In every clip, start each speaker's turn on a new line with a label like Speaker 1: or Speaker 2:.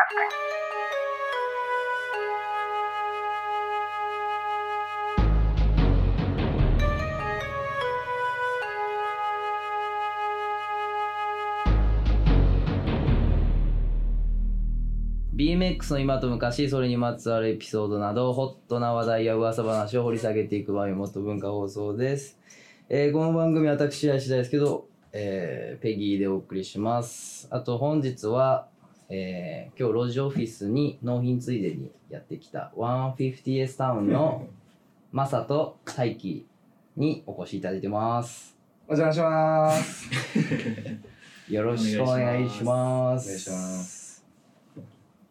Speaker 1: Broadcasting.
Speaker 2: BMX の今と昔それにまつわるエピソードなどホットな話題や噂話を掘り下げていく番組もっと文化放送です、えーこの番組は私は次第ですけど、えーペギーでお送りしますあと本日は、えー今日路地オフィスに納品ついでにやってきた 150S タウン のマサと大輝にお越しいただいてます
Speaker 3: お邪魔します。
Speaker 2: よろしくお願いします
Speaker 3: お願いします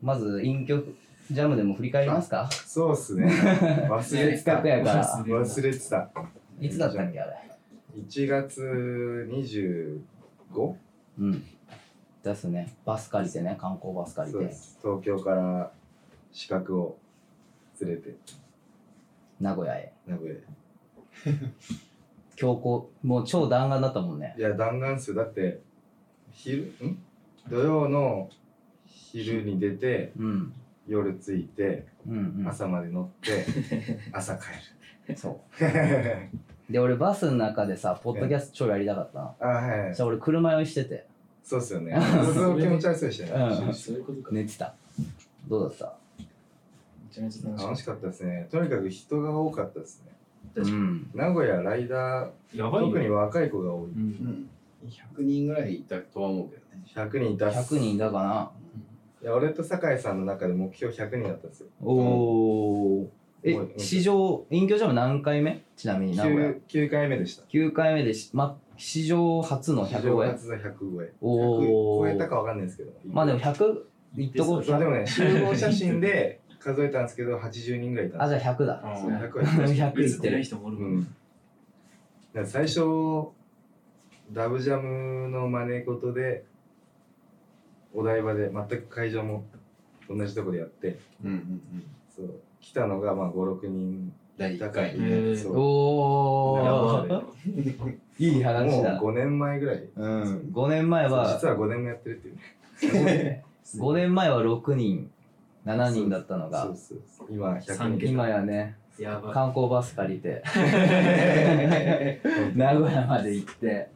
Speaker 2: まず陰曲ジャムでも振り返りますか
Speaker 3: そうっすね。忘れて
Speaker 2: せ
Speaker 3: た。
Speaker 2: っかくやから
Speaker 3: 忘れてた。
Speaker 2: いつだったっけあれ
Speaker 3: ?1 月 25?
Speaker 2: うん。ですね。バス借りてね、観光バス借り
Speaker 3: そうで
Speaker 2: て、
Speaker 3: す。東京から資格を連れて、
Speaker 2: 名古屋へ。
Speaker 3: 名古屋へ
Speaker 2: 強行、もう超弾丸だったもんね。
Speaker 3: いや、弾丸数だって、昼、ん土曜の昼に出て、
Speaker 2: うん。
Speaker 3: 夜着いて、
Speaker 2: うん、
Speaker 3: 朝まで乗 って、朝帰
Speaker 2: うん。そ
Speaker 3: る。
Speaker 2: う。で、俺バスの中でさ、ポッドキャスト超やりたかったの。
Speaker 3: あ、はい
Speaker 2: そし。たら俺車酔いしてて、
Speaker 3: そうっすよね。僕も気持ち悪そうでしたね。
Speaker 2: うん
Speaker 4: そういうことか。め
Speaker 2: 寝てた。どうだっ
Speaker 4: ちゃめちゃ楽しかっ
Speaker 3: 楽しかったですね。とにかく人が多かったですね。
Speaker 2: たうん。
Speaker 3: 名古屋ライダー、
Speaker 4: た。やばいよ
Speaker 3: 特に若い子が多い。
Speaker 4: うん
Speaker 5: 100人ぐらいいたとは思うけどね。
Speaker 3: 100人いたっす
Speaker 2: 100人いたかない
Speaker 3: や、俺と酒井さんの中で目標100人だったんですよ。
Speaker 2: おー。え
Speaker 3: うん、
Speaker 2: 史上、隠居ジャム何回目ちなみに名古屋。
Speaker 3: 9, 9回目でした。
Speaker 2: 9回目でし、ま、史上初の100超え。
Speaker 3: 初の100超え。
Speaker 2: おー
Speaker 3: 100超えたかわかんないですけど。
Speaker 2: まあでも100、いっとこう
Speaker 3: そうでもね、集合写真で数えたんですけど、80人ぐらいいた
Speaker 2: あ、
Speaker 3: ん
Speaker 2: じ
Speaker 3: で
Speaker 2: ゃあ100だ。
Speaker 4: あ
Speaker 3: すよ。そう
Speaker 4: ー
Speaker 3: 100はいたし
Speaker 2: 100い
Speaker 4: 映
Speaker 2: っ
Speaker 4: っててな
Speaker 2: る
Speaker 4: い。人もおるも
Speaker 3: うんん。だから最初、ダブジャムの真似事で、お台場で、全く会場も同じとこでやって、
Speaker 5: うんうんうん。
Speaker 3: そう来たのがまあ5、6人
Speaker 5: 第1
Speaker 3: 高い
Speaker 5: 回。
Speaker 4: へー
Speaker 3: そう
Speaker 2: お
Speaker 3: やば
Speaker 2: ー
Speaker 3: かっ
Speaker 2: いい
Speaker 3: たね
Speaker 2: 話
Speaker 3: もう
Speaker 2: だ
Speaker 3: 5年前ぐらい。
Speaker 5: うん。
Speaker 2: 5年前は
Speaker 3: 実は5年もやってるっていうね。
Speaker 2: 5年前は6人7人だったのが
Speaker 3: そうそうそう今100
Speaker 4: 三
Speaker 3: 人。
Speaker 2: 今やね
Speaker 4: やばい。
Speaker 2: 観光バス借りて名古屋まで行って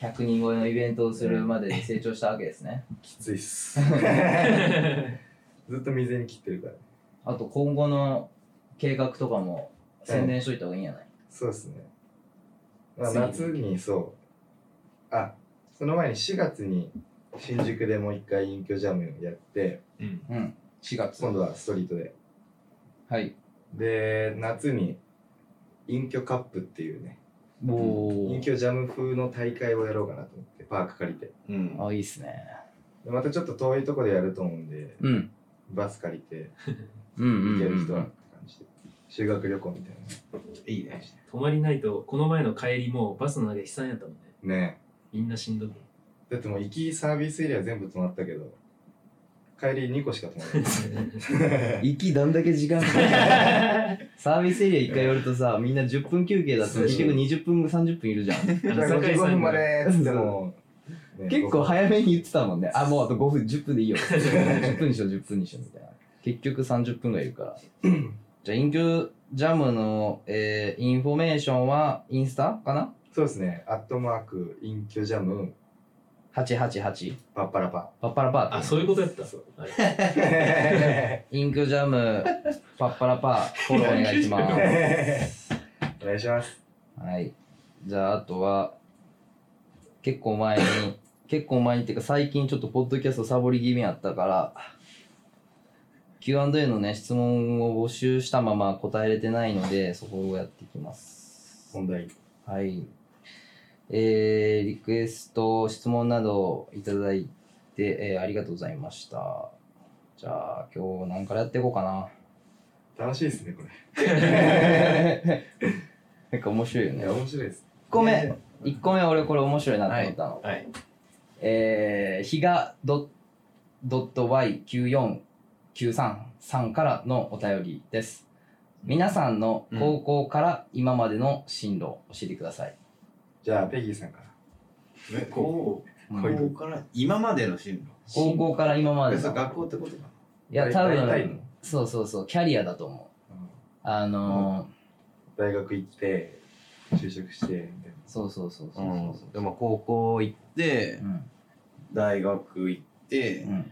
Speaker 2: 100人超えのイベントをするまでに成長したわけですね
Speaker 3: きついっす。ずっと未然に切ってるから。
Speaker 2: あと今後の計画とかも宣伝しといた方がいいんじゃない
Speaker 3: そうですね。まあ、
Speaker 4: 次
Speaker 3: 夏にそう。あ、その前に4月に新宿でもう一回隠居ジャムやって、
Speaker 4: うん。
Speaker 2: うん4月
Speaker 3: 今度はストリートで。
Speaker 2: はい
Speaker 3: で、夏に隠居カップっていうね、
Speaker 2: おお
Speaker 3: 隠居ジャム風の大会をやろうかなと思って、パーク借りて。
Speaker 5: うん。
Speaker 2: あいいっすね
Speaker 3: でまたちょっと遠いとこでやると思うんで、
Speaker 2: うん
Speaker 3: バス借りて
Speaker 2: うんうん
Speaker 3: 行け
Speaker 2: う
Speaker 3: る
Speaker 2: ん
Speaker 3: 人はって感じで。修学旅行みたい
Speaker 5: いいね。
Speaker 4: 泊まりないと、この前の帰りもバスの中悲惨やったもんね。
Speaker 3: な。ね
Speaker 4: みんなしんどく。
Speaker 3: え。だってもう行きサービスエリア全部止まったけど、帰り2個しか止まらない。
Speaker 2: 息どんだけ時間かかるサービスエリア一回寄るとさみんな10分休憩だと結局20分30分いるじゃん
Speaker 4: あの
Speaker 3: 1 5
Speaker 4: 酒井さん
Speaker 3: 分ま
Speaker 4: が
Speaker 3: でっつっても、ね
Speaker 2: 結構早めに言ってたもんねあもうあと5分10分でいいよ 10分にしよう10分にしようみたいな結局30分がいる からじゃあインクジャムの、えーインフォメーションはインスタかな
Speaker 3: そうですねアットマーク隠居ジャム
Speaker 2: ?888
Speaker 3: パッパラパ
Speaker 2: パッパラパー
Speaker 4: あ、そういうことやった。あれ
Speaker 2: インクジャムパッパラパーフォローお願いします
Speaker 3: お願いします
Speaker 2: はい。じゃあ、あとは、結構前に、 結構前にっていうか、最近ちょっとポッドキャストサボり気味やったから、Q&A のね、質問を募集したまま答えれてないので、そこをやっていきます。
Speaker 3: 本題
Speaker 2: はい。えー、リクエスト、質問などいただいて、えーありがとうございました。じゃあ、今日何からやっていこうかな。
Speaker 3: 楽しいですねこれ
Speaker 2: なんか面白いよ
Speaker 3: い
Speaker 2: ね
Speaker 3: や。面白いです
Speaker 2: 1個目、1個目俺これ面白いなと思ったの。
Speaker 4: はい。
Speaker 2: えー、ひがドドット Y9493 からのお便りです。皆さんの高校から今までの進路を教えてください。
Speaker 3: じゃあペギーさんから
Speaker 5: こ
Speaker 4: こ
Speaker 5: う、こうから今までの進路。
Speaker 2: 高校から今まで
Speaker 5: え
Speaker 2: の
Speaker 5: そう学校ってことか
Speaker 2: いや多
Speaker 3: 大体
Speaker 2: 分
Speaker 3: の
Speaker 2: そうそうそうキャリアだと思う
Speaker 3: うん
Speaker 2: あのー
Speaker 3: 大学行って就職してみたい
Speaker 2: そうそうそうそう
Speaker 5: な。
Speaker 2: そうそう
Speaker 5: でも高校行って
Speaker 2: うん
Speaker 5: 大学行って、
Speaker 2: うん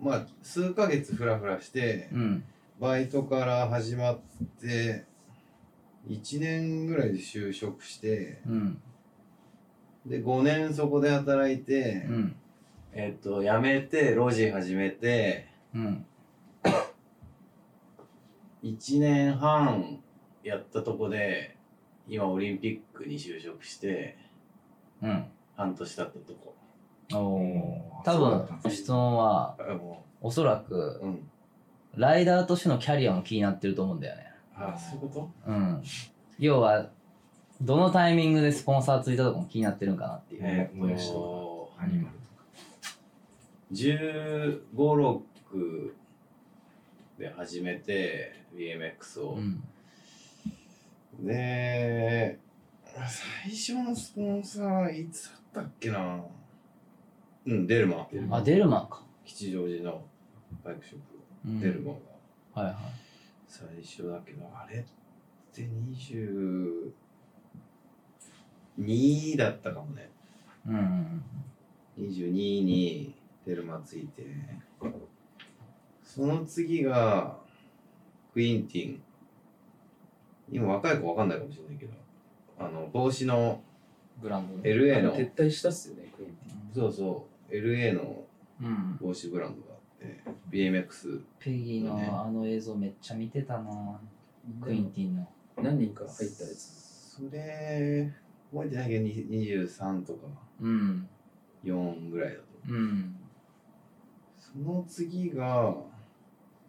Speaker 5: まあ数ヶ月フラフラして、
Speaker 2: うん
Speaker 5: バイトから始まって1年ぐらいで就職して
Speaker 2: うん
Speaker 5: で5年そこで働いて、
Speaker 2: うん
Speaker 5: えっと辞めてロジ始めて
Speaker 2: うん
Speaker 5: 1年半やったとこで今オリンピックに就職して
Speaker 2: うん
Speaker 5: 半年経ったとこ
Speaker 2: お
Speaker 3: お
Speaker 2: お
Speaker 3: ー
Speaker 2: 多
Speaker 3: そうだったん
Speaker 2: 分質問は
Speaker 5: あも
Speaker 2: おそらく
Speaker 5: ううん
Speaker 2: ライダーとしてのキャリアも気になってると思うんだよね
Speaker 5: あそういうこ
Speaker 2: うん要はどのタイミングでスポンサーついたとかも気になってるんかなっていう
Speaker 5: と
Speaker 3: な
Speaker 5: えっ
Speaker 3: もやしと
Speaker 5: と
Speaker 3: かアニマルとか
Speaker 5: 1 5 6で始めて BMX を、
Speaker 2: うん
Speaker 5: で最初のスポンサーはいつだったっけなうんデルマ
Speaker 3: 出る
Speaker 2: あデルマンか
Speaker 5: 吉祥寺のバイクショップ、
Speaker 2: うん
Speaker 5: デルマが
Speaker 2: はいはい
Speaker 5: 最初だけどあれって22だったかもね
Speaker 2: うんうん
Speaker 5: 22にデルマついてその次がクインティン今若い子わかんないかもしれないけどあの帽子の
Speaker 2: ブランドの
Speaker 5: LA の
Speaker 4: 撤退したっすよね、クイーンって
Speaker 5: そうそう LA の
Speaker 2: うん
Speaker 5: 帽子ブランドがあって BMX
Speaker 2: ペギー
Speaker 5: ね
Speaker 2: のあの映像めっちゃ見てたなクインティンの
Speaker 4: 何人か入ったやつ。
Speaker 5: それ覚えてないけどに23とか
Speaker 2: うん
Speaker 5: 4ぐらいだと
Speaker 2: うん
Speaker 5: その次が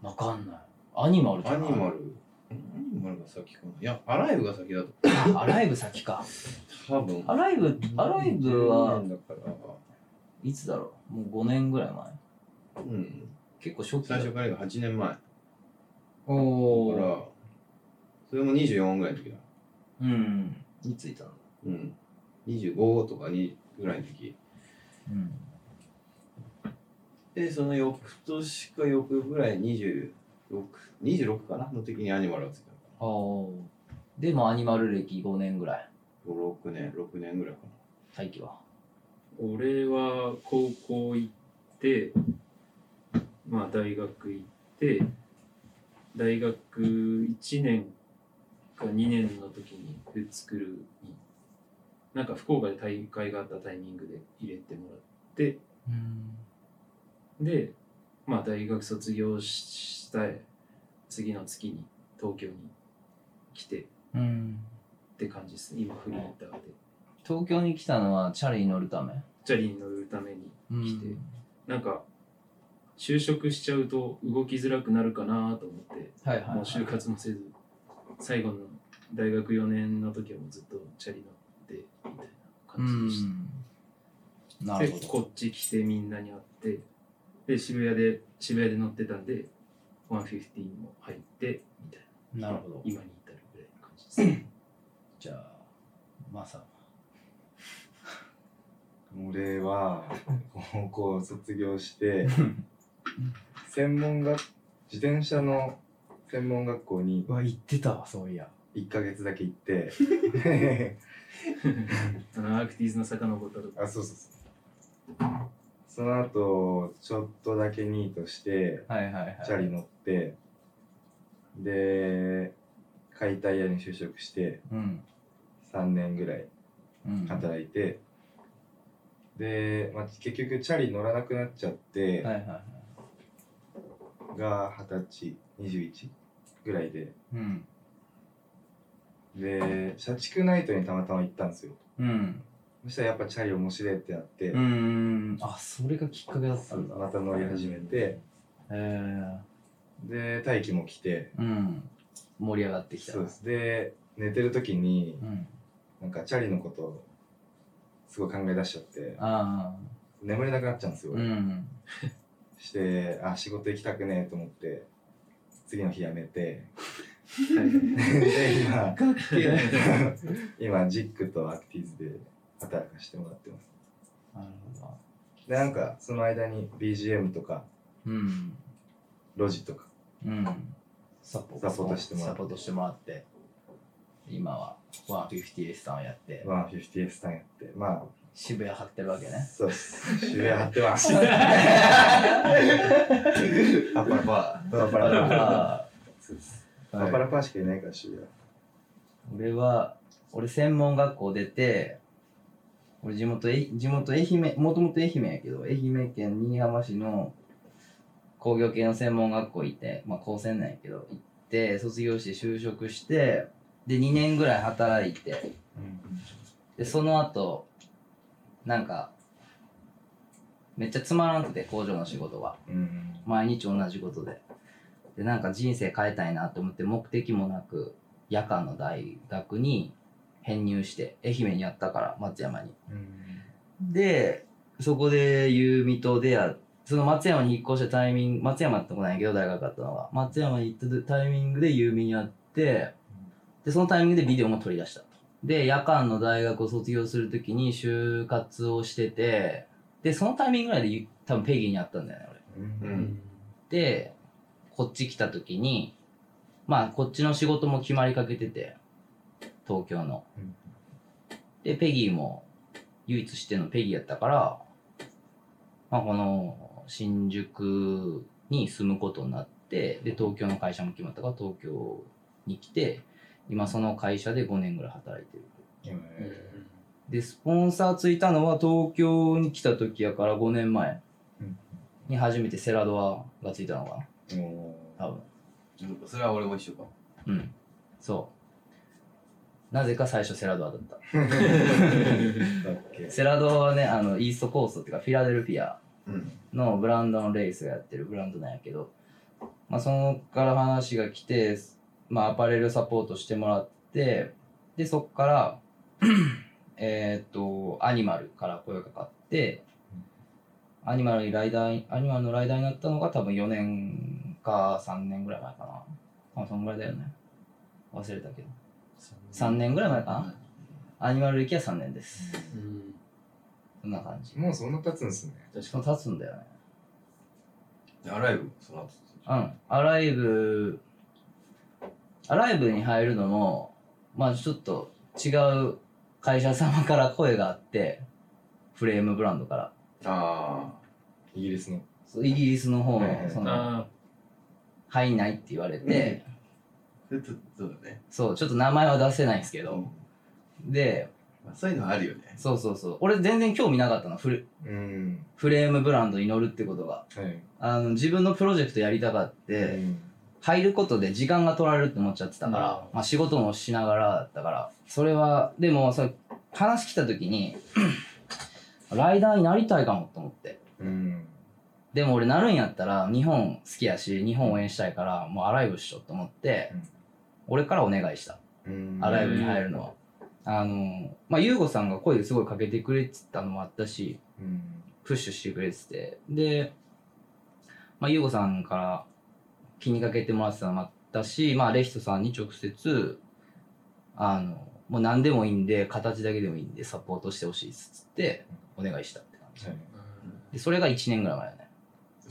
Speaker 2: わかんないアニマルじゃ
Speaker 5: ア
Speaker 2: ない
Speaker 5: ニマルんアニマルが先かないやアライブが先だと
Speaker 2: あ アライブ先か
Speaker 5: 多分
Speaker 2: アライブアライブは
Speaker 5: 2012年だから
Speaker 2: いつだろうもう5年ぐらい前
Speaker 5: うん
Speaker 2: 結構初期だ
Speaker 5: 最初からが8年前だか
Speaker 2: おお
Speaker 5: らそれも24ぐらいの時だ
Speaker 2: うんいついたの
Speaker 5: うん25とか2ぐらいの時
Speaker 2: うん
Speaker 5: でその翌年か翌ぐらい2626 26かなの時にアニマルがついたのか
Speaker 2: あーでもアニマル歴5年ぐらい
Speaker 5: な56年6年ぐらいかな
Speaker 2: 大輝は
Speaker 4: 俺は高校行って、まあ大学行って、大学1年か2年の時にフーツクルーに、なんか福岡で大会があったタイミングで入れてもらって、
Speaker 2: うん
Speaker 4: で、まあ大学卒業したい次の月に東京に来て
Speaker 2: うん
Speaker 4: って感じですね。今フリーターで。
Speaker 2: 東京に来たのはチャリに乗るため
Speaker 4: チャリに乗るために来て、なんか就職しちゃうと動きづらくなるかなと思って、
Speaker 2: はいはい、はい、
Speaker 4: もう就活もせず、最後の大学4年の時はもうずっとチャリ乗ってみたいな
Speaker 2: う
Speaker 4: 感じでした。
Speaker 2: んなるほ
Speaker 4: で
Speaker 2: ど
Speaker 4: こっち来てみんなに会ってで渋谷で渋谷で乗ってたんで150にも入ってみたいな
Speaker 2: なるほど
Speaker 4: 今に至るぐらいの感じですね
Speaker 2: じゃあまさ
Speaker 3: 俺は高校卒業して専門学自転車の専門学校に
Speaker 2: わ言ってたわそういや
Speaker 3: 1ヶ月だけ行って
Speaker 4: あのアークティーズの遡ったとこ
Speaker 3: あそうそうそうその後ちょっとだけニートして
Speaker 2: はいはいはい
Speaker 3: チャリ乗ってで解体屋に就職して
Speaker 2: うん
Speaker 3: 3年ぐらい
Speaker 2: うん
Speaker 3: 働いて、で、まあ、結局チャリ乗らなくなっちゃって、
Speaker 2: はいはいはい
Speaker 3: が二十歳21ぐらいで
Speaker 2: うん
Speaker 3: で社畜ナイトにたまたま行ったんですよ
Speaker 2: うん
Speaker 3: そしたらやっぱチャリ面白いってなって、
Speaker 2: うーんあそれがきっかけだったんだ
Speaker 3: また乗り始めて
Speaker 2: へえ
Speaker 3: で大輝も来て
Speaker 2: うん盛り上がってきた
Speaker 3: そうですで寝てる時に
Speaker 2: うん
Speaker 3: なんかチャリのことをすごい考え出しちゃって
Speaker 2: あ
Speaker 3: 眠れなくなっちゃうんです
Speaker 2: あ
Speaker 3: よ、
Speaker 2: うん
Speaker 3: してあ仕事行きたくねえと思って次の日辞めて
Speaker 4: はい
Speaker 3: で
Speaker 2: か
Speaker 3: 今
Speaker 2: っけえなる
Speaker 3: 今ジックとアクティーズで働かせてもらってます
Speaker 2: ほど
Speaker 3: でなんかその間に BGM とか
Speaker 2: うん
Speaker 3: ロジとか
Speaker 2: うんサポ
Speaker 3: サポートしてもらっ
Speaker 2: サ
Speaker 3: て
Speaker 2: ポートしてもらって今は150さんをやって、
Speaker 3: まあ 50S さんやってま
Speaker 2: 渋谷張ってるわけ
Speaker 3: あ
Speaker 2: ね
Speaker 3: そうっす渋谷張ってます
Speaker 5: パパパ
Speaker 3: パラパラパラ
Speaker 2: あ
Speaker 3: そうっす
Speaker 2: ー
Speaker 3: パラパラパラしかいないから渋谷
Speaker 2: 俺は俺専門学校出て俺地元え地元愛媛もともと愛媛やけど愛媛県新居浜市の工業系の専門学校行ってまあ高専なんやけど行って卒業して就職してで2年ぐらい働いてでその後なんかめっちゃつまらなくて工場の仕事が
Speaker 3: うん
Speaker 2: 毎日同じことででなんか人生変えたいなと思って目的もなく夜間の大学に編入して愛媛にやったから松山に
Speaker 3: うん
Speaker 2: でそこで優美と出会うその松山に引っ越したタイミング松山ってとこなんやけど大学だったのが松山に行ったタイミングで優美に会ってでそのタイミングでビデオも取り出したとで夜間の大学を卒業するときに就活をしててでそのタイミングぐらいで多分ペギーに会ったんだよね俺
Speaker 3: うん
Speaker 5: うん
Speaker 2: でこっち来た時にまあこっちの仕事も決まりかけてて東京の、
Speaker 3: うん
Speaker 2: でペギーも唯一知ってるのペギーやったから、まあ、この新宿に住むことになってで東京の会社も決まったから東京に来て今その会社で5年ぐらい働いてるでスポンサーついたのは東京に来た時やから5年前
Speaker 3: うん
Speaker 2: に初めてセラドアがついたのか
Speaker 3: もう
Speaker 2: な多分
Speaker 5: それは俺も一緒か
Speaker 2: うんそうなぜか最初セラドアだった
Speaker 3: だっけ
Speaker 2: セラドアはねあのイーストコーストっていうかフィラデルフィア
Speaker 5: うん
Speaker 2: のブランドのレースがやってるブランドなんやけど、まあ、そのから話が来て、まあ、アパレルサポートしてもらってでそっから えーっとアニマルから声がかかってアニマルにライダーアニマルのライダーになったのが多分4年か3年ぐらい前かなまあそんぐらいだよね忘れたけど3年ぐらい前かな、アニマル歴は3年です
Speaker 4: うん
Speaker 2: そんな感じ
Speaker 3: もうそんな経つんすね
Speaker 4: 確
Speaker 2: そ
Speaker 4: か
Speaker 2: の経つんだよね
Speaker 5: アライブその後
Speaker 2: うん、アライブ、アライブに入るのも、まあちょっと違う会社様から声があって、フレームブランドから。
Speaker 5: あ
Speaker 3: イギリスの
Speaker 2: そうイギリスの方
Speaker 3: はいは
Speaker 2: の、
Speaker 3: い
Speaker 2: そ
Speaker 4: に
Speaker 2: の、
Speaker 4: あ
Speaker 2: 入んないって言われて、
Speaker 5: あちょっとそうだね
Speaker 2: そう、ちょっと名前は出せないんですけど、で、
Speaker 5: まあそういうのあるよね
Speaker 2: そうそうそう、俺全然興味なかったの、フレ
Speaker 3: うん
Speaker 2: フレームブランドに乗るってことが。
Speaker 3: はい
Speaker 2: あの自分のプロジェクトやりたかって、
Speaker 3: うん
Speaker 2: 入ることで時間が取られるって思っちゃってたから、
Speaker 4: なるほど
Speaker 2: まあ、仕事もしながらだったからそれはでもそれ話来た時に ライダーになりたいかもと思って
Speaker 3: うん
Speaker 2: でも俺なるんやったら日本好きやし日本応援したいからもうアライブしようと思って、
Speaker 3: うん
Speaker 2: 俺からお願いした
Speaker 3: うん
Speaker 2: アライブに
Speaker 4: へ
Speaker 2: 入るのは、あのまあ優吾さんが声ですごいかけてくれてたのもあったし
Speaker 3: うん
Speaker 2: プッシュしてくれててで、まあ、優子さんから気にかけてもらってたのもあったし、まあ、レヒトさんに直接あのもう何でもいいんで形だけでもいいんでサポートしてほしいっつってお願いしたって感じ
Speaker 3: はい
Speaker 4: あ
Speaker 2: でそれが1年ぐらい前だね、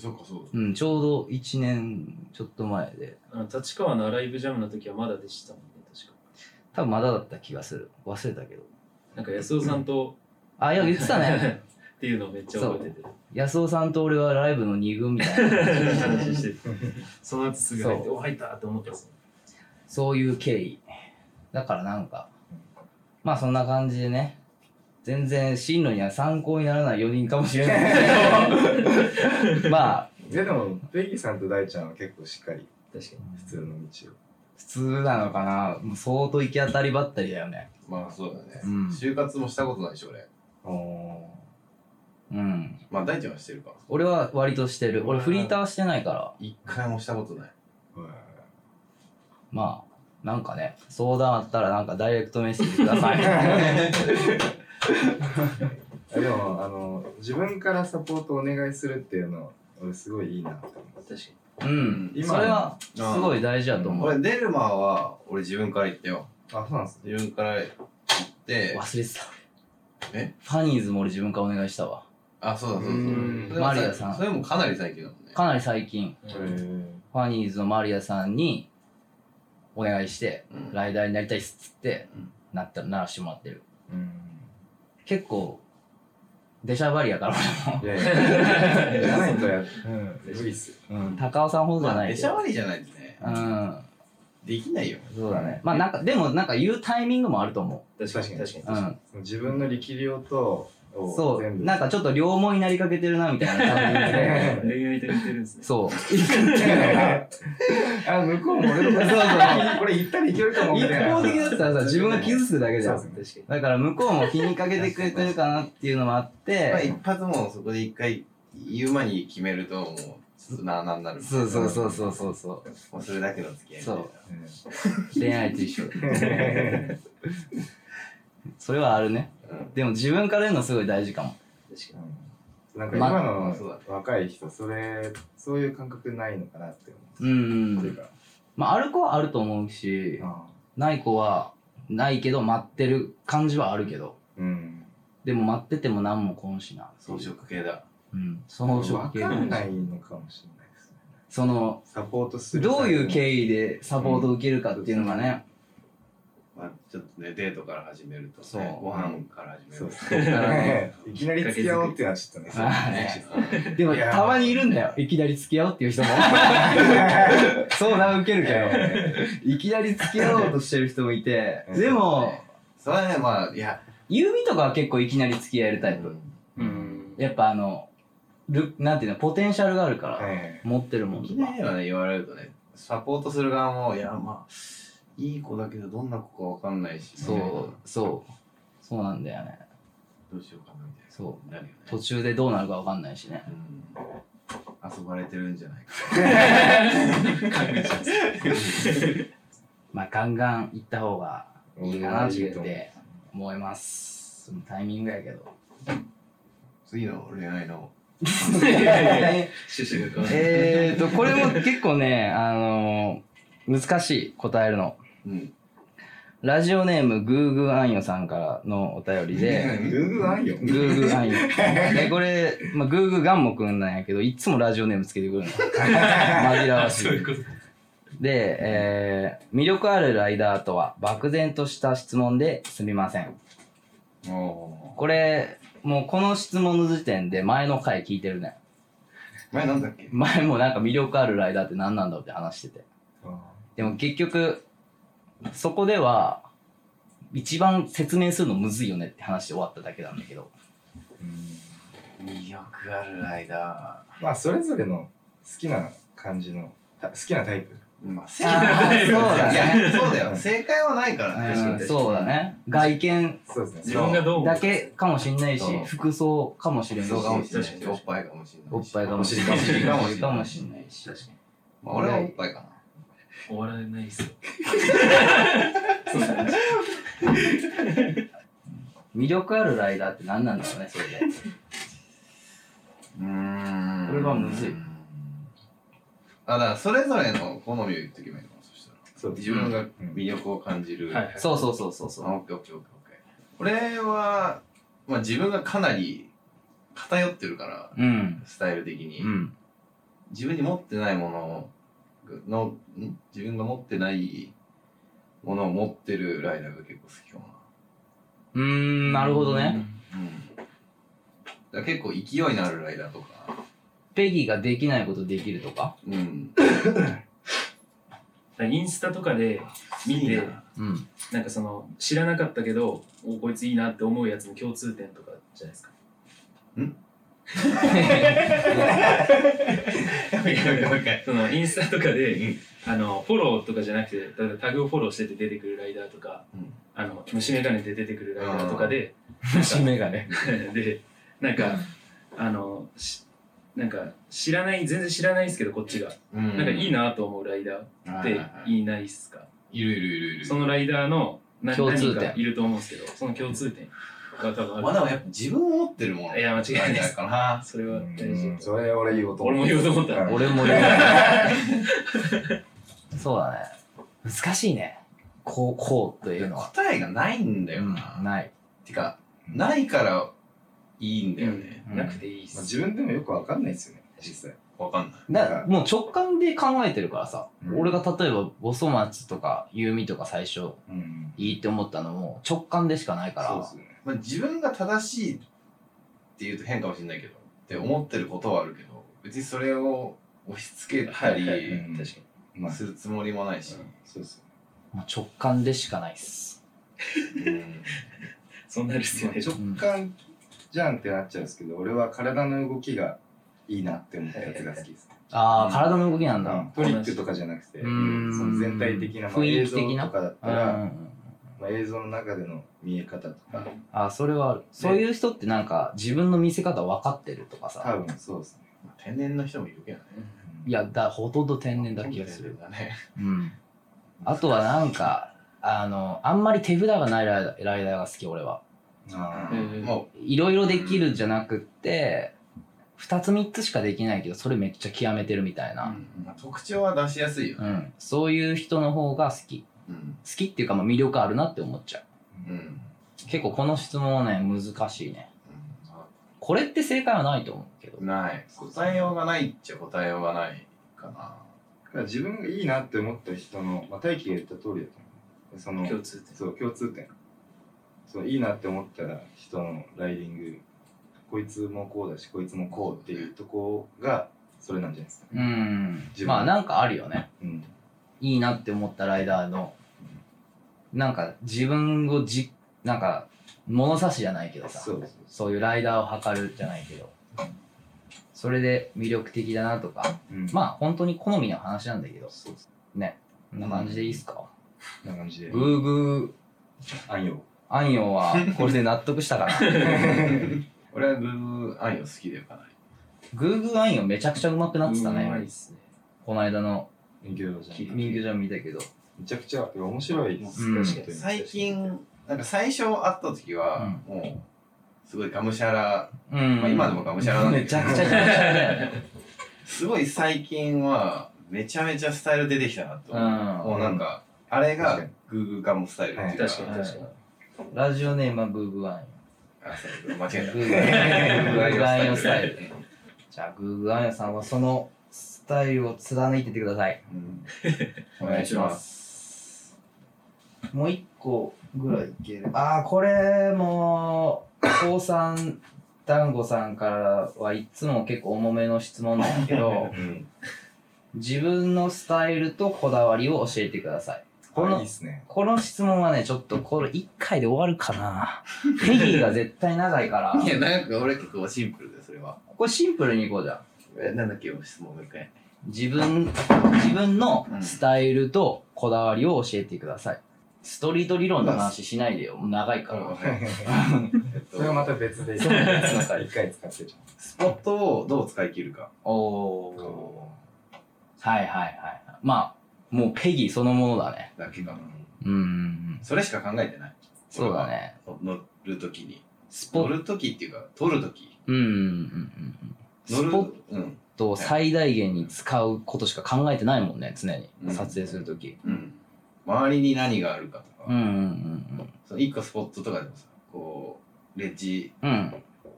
Speaker 5: そうかそう
Speaker 2: うん、ちょうど1年ちょっと前で
Speaker 4: あの立川のアライブジャムの時はまだでしたもんね確か
Speaker 2: 多分まだだった気がする忘れたけど
Speaker 4: なんか安尾さんと
Speaker 2: あいや言ってたね
Speaker 4: っていうのをめっちゃ覚えてて
Speaker 2: 安尾さんと俺はライブの2軍みたいな
Speaker 4: 話しててその後すぐ入って
Speaker 2: そう
Speaker 4: お入ったって思ったんですよ
Speaker 2: そういう経緯だからなんかまあそんな感じでね、全然進路には参考にならない4人かもしれないけど、まあ
Speaker 3: いやでもペギーさんと大ちゃんは結構しっかり
Speaker 4: 確か
Speaker 3: 普通の道を
Speaker 2: 普通なのかな、もう相当行き当たりばったりだよね。
Speaker 5: まあそうだね、
Speaker 2: うん
Speaker 5: 就活もしたことないでしょ俺
Speaker 3: お
Speaker 2: うん。
Speaker 5: まあ大ちゃんはしてるか
Speaker 2: 俺は割としてる。俺フリーターしてないから、
Speaker 5: 一回もしたことない
Speaker 3: ー
Speaker 2: まあ、なんかね、相談あったらなんかダイレクトメッセージください。
Speaker 3: あでもあの自分からサポートお願いするっていうの俺すごいいいなと思
Speaker 4: に確か
Speaker 2: うん。
Speaker 3: 今
Speaker 2: それはすごい大事だと思う。
Speaker 5: 俺デルマは俺自分から行ったよ
Speaker 3: うあそうなんですね
Speaker 5: 自分から行って
Speaker 2: 忘れてた。
Speaker 5: え
Speaker 2: ファニーズも俺自分からお願いしたわ。
Speaker 5: あ、そうだそうだそううだそ
Speaker 3: ん
Speaker 5: れは
Speaker 2: マリアさん
Speaker 5: それもかなり最近だもんね。
Speaker 2: かなり最近
Speaker 4: うん
Speaker 2: ファニーズのマリアさんにお願いして
Speaker 5: うん
Speaker 2: ライダーになりたいっすっつって
Speaker 5: うん
Speaker 2: なったならしてもらってる
Speaker 3: うん
Speaker 2: 結構出しゃばりやから 俺も
Speaker 3: いやいやじゃないとやっ
Speaker 2: うん
Speaker 3: 無理っすよ
Speaker 2: うん高尾さんほどじゃ
Speaker 5: ま
Speaker 2: な
Speaker 5: あ、
Speaker 2: い
Speaker 5: 出
Speaker 2: け
Speaker 5: しゃ
Speaker 2: ど
Speaker 5: ばりじゃないとね。
Speaker 2: うん
Speaker 5: できないよ。
Speaker 2: そうだねまあなんかでもなんか言うタイミングもあると思
Speaker 4: 確かに確かに
Speaker 2: ううん
Speaker 3: その自分の力量とを
Speaker 2: そう
Speaker 3: 全部
Speaker 2: なんかちょっと両思いになりかけてるなみたいなタイミング で
Speaker 4: 恋愛と似てるんですね
Speaker 2: そう
Speaker 3: あ向こうも俺のこと
Speaker 2: そうそう
Speaker 3: これ行ったらいけるかもみ
Speaker 2: 一
Speaker 3: たいな
Speaker 2: 方的だったらさ自分が傷つくだけじゃ
Speaker 3: そ
Speaker 2: ん
Speaker 3: う
Speaker 4: 確かに
Speaker 2: だから向こうも気にかけてくれてるかなっていうのもあっ
Speaker 5: まあ、
Speaker 2: て
Speaker 5: 一発もそこで一回言う前に決めると、もう、ちょっとなあなあになるみたい
Speaker 2: そ
Speaker 5: な。
Speaker 2: うそうそうそうそうそう
Speaker 5: もうそれだけの付き合いみたいな。
Speaker 2: そう恋愛と一緒
Speaker 3: うん
Speaker 2: それはあるね
Speaker 5: うん。
Speaker 2: でも自分から言うのすごい大事かも
Speaker 4: 確か
Speaker 3: なんか今
Speaker 5: ま
Speaker 3: の若い人それそういう感覚ないのかなって
Speaker 2: う
Speaker 3: 思うっていうんか
Speaker 2: まあある子はあると思うしない子はないけど待ってる感じはあるけど
Speaker 3: うん
Speaker 2: でも待ってても何も来んしな
Speaker 5: 装飾系だ。
Speaker 2: うんその職系
Speaker 3: わかんないのかもしれないですね
Speaker 2: その
Speaker 3: サポートする
Speaker 2: どういう経緯でサポートを受けるかっていうのがね、
Speaker 5: まあ、ちょっとね、デートから始めると、ね、
Speaker 2: そう
Speaker 5: ご飯から始め
Speaker 3: そう
Speaker 5: る
Speaker 3: で
Speaker 5: と。
Speaker 3: すねいきなり付き合おうっていうのはちょっとね
Speaker 2: あー
Speaker 5: ね
Speaker 2: ねでも
Speaker 3: いやー
Speaker 2: たまにいるんだよいきなり付き合おうっていう 人もそうな受けるけどいきなり付き合おうとしてる人もいて
Speaker 3: うん
Speaker 2: でも
Speaker 5: それはね、まあ、いや、
Speaker 2: ゆみとかは結構いきなり付き合えるタイプ、
Speaker 5: うん
Speaker 4: にうん
Speaker 2: やっぱあのルなんていうのポテンシャルがあるから、
Speaker 3: はい
Speaker 2: 持ってるもん
Speaker 5: い
Speaker 2: と
Speaker 5: き
Speaker 2: か
Speaker 5: なりはね、言われるとね、サポートする側も、いや、まあ、いい子だけど、どんな子かわかんないし、
Speaker 2: そうそうそうなんだよね
Speaker 5: どうしようかなみたいな。。
Speaker 2: そう
Speaker 5: なるよね。
Speaker 2: 途中でどうなるかわかんないしね
Speaker 5: うん。遊ばれてるんじゃないか。
Speaker 2: まあガンガン行った方がいいかなって思いますそのタイミングやけど
Speaker 5: 次の恋愛 の
Speaker 4: 趣旨が変わる
Speaker 2: えーと これも結構ねあのー難しい答えるの
Speaker 5: うん。
Speaker 2: ラジオネームグーグーアンヨさんからのお便り で
Speaker 3: グ ーグーあんよ
Speaker 2: グー グーアンヨ。で、これ、まあ、グーグーガンモくんなんやけど、いつもラジオネームつけて くるの。紛らわしい。で、えー魅力あるライダーとは、漠然とした質問ですみません。
Speaker 5: お
Speaker 2: これ、もうこの質問の時点で前の回聞いてるね。
Speaker 5: ー前なんだっけ
Speaker 2: 前もなんか魅力あるライダーって何なんだろうって話してて。
Speaker 3: あ
Speaker 2: でも結局、そこでは、一番説明するのむずいよねって話で終わっただけなんだけど。
Speaker 3: ーうん
Speaker 5: 魅力あるライダ
Speaker 3: まあそれぞれの好きな感じのた好きなタイプ
Speaker 5: ー。まあ、正
Speaker 2: あーそうだね
Speaker 5: いやそうだよ。正解はないからね。
Speaker 2: うんそうだね。外見
Speaker 3: そうです
Speaker 4: 自
Speaker 3: ね
Speaker 4: 分がどう思う
Speaker 2: だけかもしんないし
Speaker 5: そう、
Speaker 2: 服装かもしれんし、
Speaker 5: そうかもしれない
Speaker 4: 確
Speaker 5: し、
Speaker 4: かに
Speaker 5: おっぱいかもしれないし。
Speaker 2: おっぱいかもしれん
Speaker 5: お尻
Speaker 2: し、
Speaker 5: かもしれ
Speaker 2: か
Speaker 5: な
Speaker 2: も
Speaker 5: い
Speaker 2: しんないし。
Speaker 4: 確かに
Speaker 5: まあ俺はおっぱいかな。
Speaker 4: 終わらないっすよ
Speaker 2: 魅力あるライダーって何なんだろうね、そ れで。
Speaker 5: うーん。
Speaker 2: これはむずい。
Speaker 5: あ、だからそれぞれの好みを言っとけばいいのかな、そしたら。
Speaker 3: そう
Speaker 5: 自分が魅力を感じる。
Speaker 4: はいはい
Speaker 2: そうそうそうそう
Speaker 5: あ
Speaker 2: そ
Speaker 5: オ
Speaker 2: う。
Speaker 5: ッケーオッケーオッケーオッケー。俺は、まあ自分がかなり偏ってるから、
Speaker 2: うん。
Speaker 5: スタイル的に。
Speaker 2: うん。
Speaker 5: 自分に持ってないものの、ん自分が持ってないものを持ってるライダーが結構好きかも
Speaker 2: うーん、なるほどね。
Speaker 5: な。うん。だから結構勢いのあるライダーとか、
Speaker 2: ペギーができないことできるとか。
Speaker 5: うん。
Speaker 4: インスタとかで見
Speaker 5: いい
Speaker 4: て
Speaker 5: な
Speaker 2: うん。
Speaker 4: なんかその知らなかったけどおこいついいなって思うやつの共通点とかじゃないですかそのインスタとかであのフォローとかじゃなくて例えばタグをフォローしてて出てくるライダーとか
Speaker 5: うん
Speaker 4: あの虫眼鏡で出てくるライダーとかで
Speaker 2: 虫眼鏡。
Speaker 4: でなんかあのしなんか知らない全然知らないですけどこっちが
Speaker 5: うん
Speaker 4: なんかいいなと思うライダーっ
Speaker 5: はい
Speaker 4: て
Speaker 5: はいはい
Speaker 4: いないっすか
Speaker 5: いるいるいるいる。
Speaker 4: そのライダーのな
Speaker 2: 共
Speaker 4: 何
Speaker 2: 通点
Speaker 4: 人かいると思うんですけどその共通点が多分ある
Speaker 5: まあでもやっぱ自分を持ってるもの。
Speaker 4: いや間違いないです
Speaker 5: ライダーかな。
Speaker 4: それは大
Speaker 3: う
Speaker 4: 事
Speaker 3: んそれ俺言おうと
Speaker 4: 俺も言おうと思った
Speaker 3: ん
Speaker 2: 俺もね。 そうだね。難しいね。こう、こうというのは。
Speaker 5: 答えがないんだよ
Speaker 2: うん
Speaker 5: な。
Speaker 2: ない。
Speaker 5: てか、
Speaker 3: うん
Speaker 5: ないからいいんだよね。
Speaker 2: うん
Speaker 4: なくていいっ
Speaker 3: まあ、
Speaker 4: す。
Speaker 3: 自分でもよくわかんないですよね、実際。
Speaker 5: わかんない。
Speaker 2: なもう直感で考えてるからさ、
Speaker 3: うん
Speaker 2: 俺が例えば「ボソ松」とか「優美」とか最初
Speaker 3: うん。
Speaker 2: いいって思ったのも直感でしかないから
Speaker 3: そうですよね。
Speaker 5: まあ、自分が正しいっていうと変かもしれないけど、って思ってることはあるけど、別にそれを押し付けたり
Speaker 4: はいはい
Speaker 3: はいうん
Speaker 5: 確か
Speaker 3: まあ、
Speaker 5: に
Speaker 3: そ
Speaker 5: するつもりもないし。
Speaker 3: うですよね。
Speaker 2: もう直感でしかないっす
Speaker 5: うん
Speaker 4: そうなるっすよね。
Speaker 3: まあ直感じゃんってなっちゃうんですけど、俺は体の動きがいいなって思ったやつが好きです。
Speaker 2: ああ、
Speaker 5: うん
Speaker 2: 体の動きなんだ、
Speaker 3: トリックとかじゃなくて、そ
Speaker 2: うん
Speaker 3: の全体的な、まあ、
Speaker 2: 雰
Speaker 3: 映
Speaker 2: 囲気
Speaker 3: 像
Speaker 2: 的な
Speaker 3: とかだった
Speaker 2: うん
Speaker 3: ら、
Speaker 2: あ
Speaker 3: まあ、映像の中での見え方とか、
Speaker 2: あそれはあるそういう人ってなんか自分の見せ方分かってるとか
Speaker 3: 多
Speaker 2: さ
Speaker 3: 分そうですね。
Speaker 5: 天然の人もいるけどね。
Speaker 2: いやだほとんど天然だ気がする、
Speaker 5: だね。
Speaker 2: うん、あとはなんかあのあんまり手札がないライダーライダーが好き俺は
Speaker 3: あ
Speaker 5: う
Speaker 3: ー
Speaker 5: んも
Speaker 2: いろいろできるじゃなくって2つ3つしかできないけどそれめっちゃ極めてるみたいな、
Speaker 5: う、まあ特徴は出しやすいよ
Speaker 2: う
Speaker 5: ね。
Speaker 2: ん、そういう人の方が好き
Speaker 5: うん。
Speaker 2: 好きっていうかまあ魅力あるなって思っちゃう
Speaker 5: うん。
Speaker 2: 結構この質問はね難しいねこれって正解はないと思うけど
Speaker 5: ない。答えようがないっちゃ答えようがないか な。
Speaker 3: だから自分がいいなって思った人の、まあ、大輝が言った通りだと思う。その
Speaker 4: 共通点。
Speaker 3: そう共通点そういいなって思ったら人のライディングこいつもこうだしこいつもこうっていうとこがそれなんじゃないですか、
Speaker 2: うん
Speaker 3: 自分
Speaker 2: まあなんかあるよね
Speaker 3: うん
Speaker 2: いいなって思ったライダーのなんか自分をじなんか物差しじゃないけどさ
Speaker 3: そうそう
Speaker 2: そういうライダーを測るじゃないけどそれで魅力的だなとか
Speaker 3: うん
Speaker 2: まあ本当に好みの話なんだけど
Speaker 3: そうそ
Speaker 2: ねこんな感じでいいっすか、
Speaker 3: んな感じで
Speaker 2: グーグ
Speaker 3: あんよ
Speaker 2: ーアンヨンはこれで納得したかな
Speaker 5: 俺はブーブーアンヨ好きだよかなり。
Speaker 2: グーグーアンヨンめちゃくちゃうまくなってた
Speaker 4: うまい
Speaker 2: ね
Speaker 4: っすね。
Speaker 2: この間の
Speaker 3: 勉強じゃん
Speaker 2: 民居ジャム見たけど
Speaker 3: めちゃくちゃいや面白いです、
Speaker 2: うん
Speaker 3: 確かに
Speaker 5: 最近、なんか最初会った時は、もう、すごいがむしゃら、
Speaker 2: うん、
Speaker 5: まあ今でもがむしゃらなんだ
Speaker 2: め
Speaker 5: け
Speaker 2: ち
Speaker 5: ど
Speaker 2: ゃ、くちゃがむしゃらだよね
Speaker 5: すごい最近は、めちゃめちゃスタイル出てきたなと
Speaker 2: う
Speaker 5: 思う。
Speaker 2: ん
Speaker 5: もうなんか、あれが
Speaker 3: 確かに
Speaker 5: グーグーガムスタイルっていうか、
Speaker 4: 確かに確かに。
Speaker 2: ラジオネームはブーブーアンよ。
Speaker 5: あそう間違えた。
Speaker 2: グーグーアンヨ
Speaker 5: の
Speaker 2: スタイル。じゃあ、グーグーアンヨさんはそのスタイルを貫いてってください。
Speaker 5: うん
Speaker 2: お
Speaker 5: お
Speaker 2: 願
Speaker 5: 願
Speaker 2: い
Speaker 5: い
Speaker 2: し
Speaker 5: し
Speaker 2: ま。
Speaker 5: ます
Speaker 2: もう一個ぐらいいける。ああ、これも、高三団子さんからはいつも結構重めの質問なんだけ ど、
Speaker 3: うん
Speaker 2: 自分のスタイルとこだわりを教えてください。こ
Speaker 3: あい
Speaker 2: の
Speaker 3: いっす ね
Speaker 2: この質問はね、ちょっとこれ1回で終わるかな。ペギーが絶対長いから、
Speaker 5: いや、なんか俺結構シンプルで、それは。
Speaker 2: ここシンプルにいこうじゃん。
Speaker 5: えなんだっけ、質問もう一回。
Speaker 2: 自分、自分のスタイルとこだわりを教えてください。ストリート理論の話しないでよ。もう長いから。
Speaker 5: えっと
Speaker 3: それはまた別で一
Speaker 2: そう別の回
Speaker 3: 回使ってじ
Speaker 5: スポットをどう使い切るか。
Speaker 2: お
Speaker 3: ゃ ん
Speaker 2: おー。はいはいはい。まあ、もうペギーそのものだね。
Speaker 5: だけかな。
Speaker 2: うーん。
Speaker 5: それしか考えてない。
Speaker 2: そうだね。
Speaker 5: 乗るときに。
Speaker 2: スポ
Speaker 5: 乗
Speaker 2: ット、
Speaker 5: るときっていうか、取るとき。
Speaker 2: うんうんうんうん。
Speaker 5: 乗
Speaker 2: ス
Speaker 5: る
Speaker 2: ポッ
Speaker 5: うん。
Speaker 2: トを最大限に使うことしか考えてないもんね、常に。
Speaker 5: うん
Speaker 2: 撮影するとき。
Speaker 5: うん。周りに何があるかと
Speaker 2: うん
Speaker 5: か。
Speaker 2: うんうん
Speaker 5: その一個スポットとかでもさ、こう、レッジ
Speaker 2: うん。うん。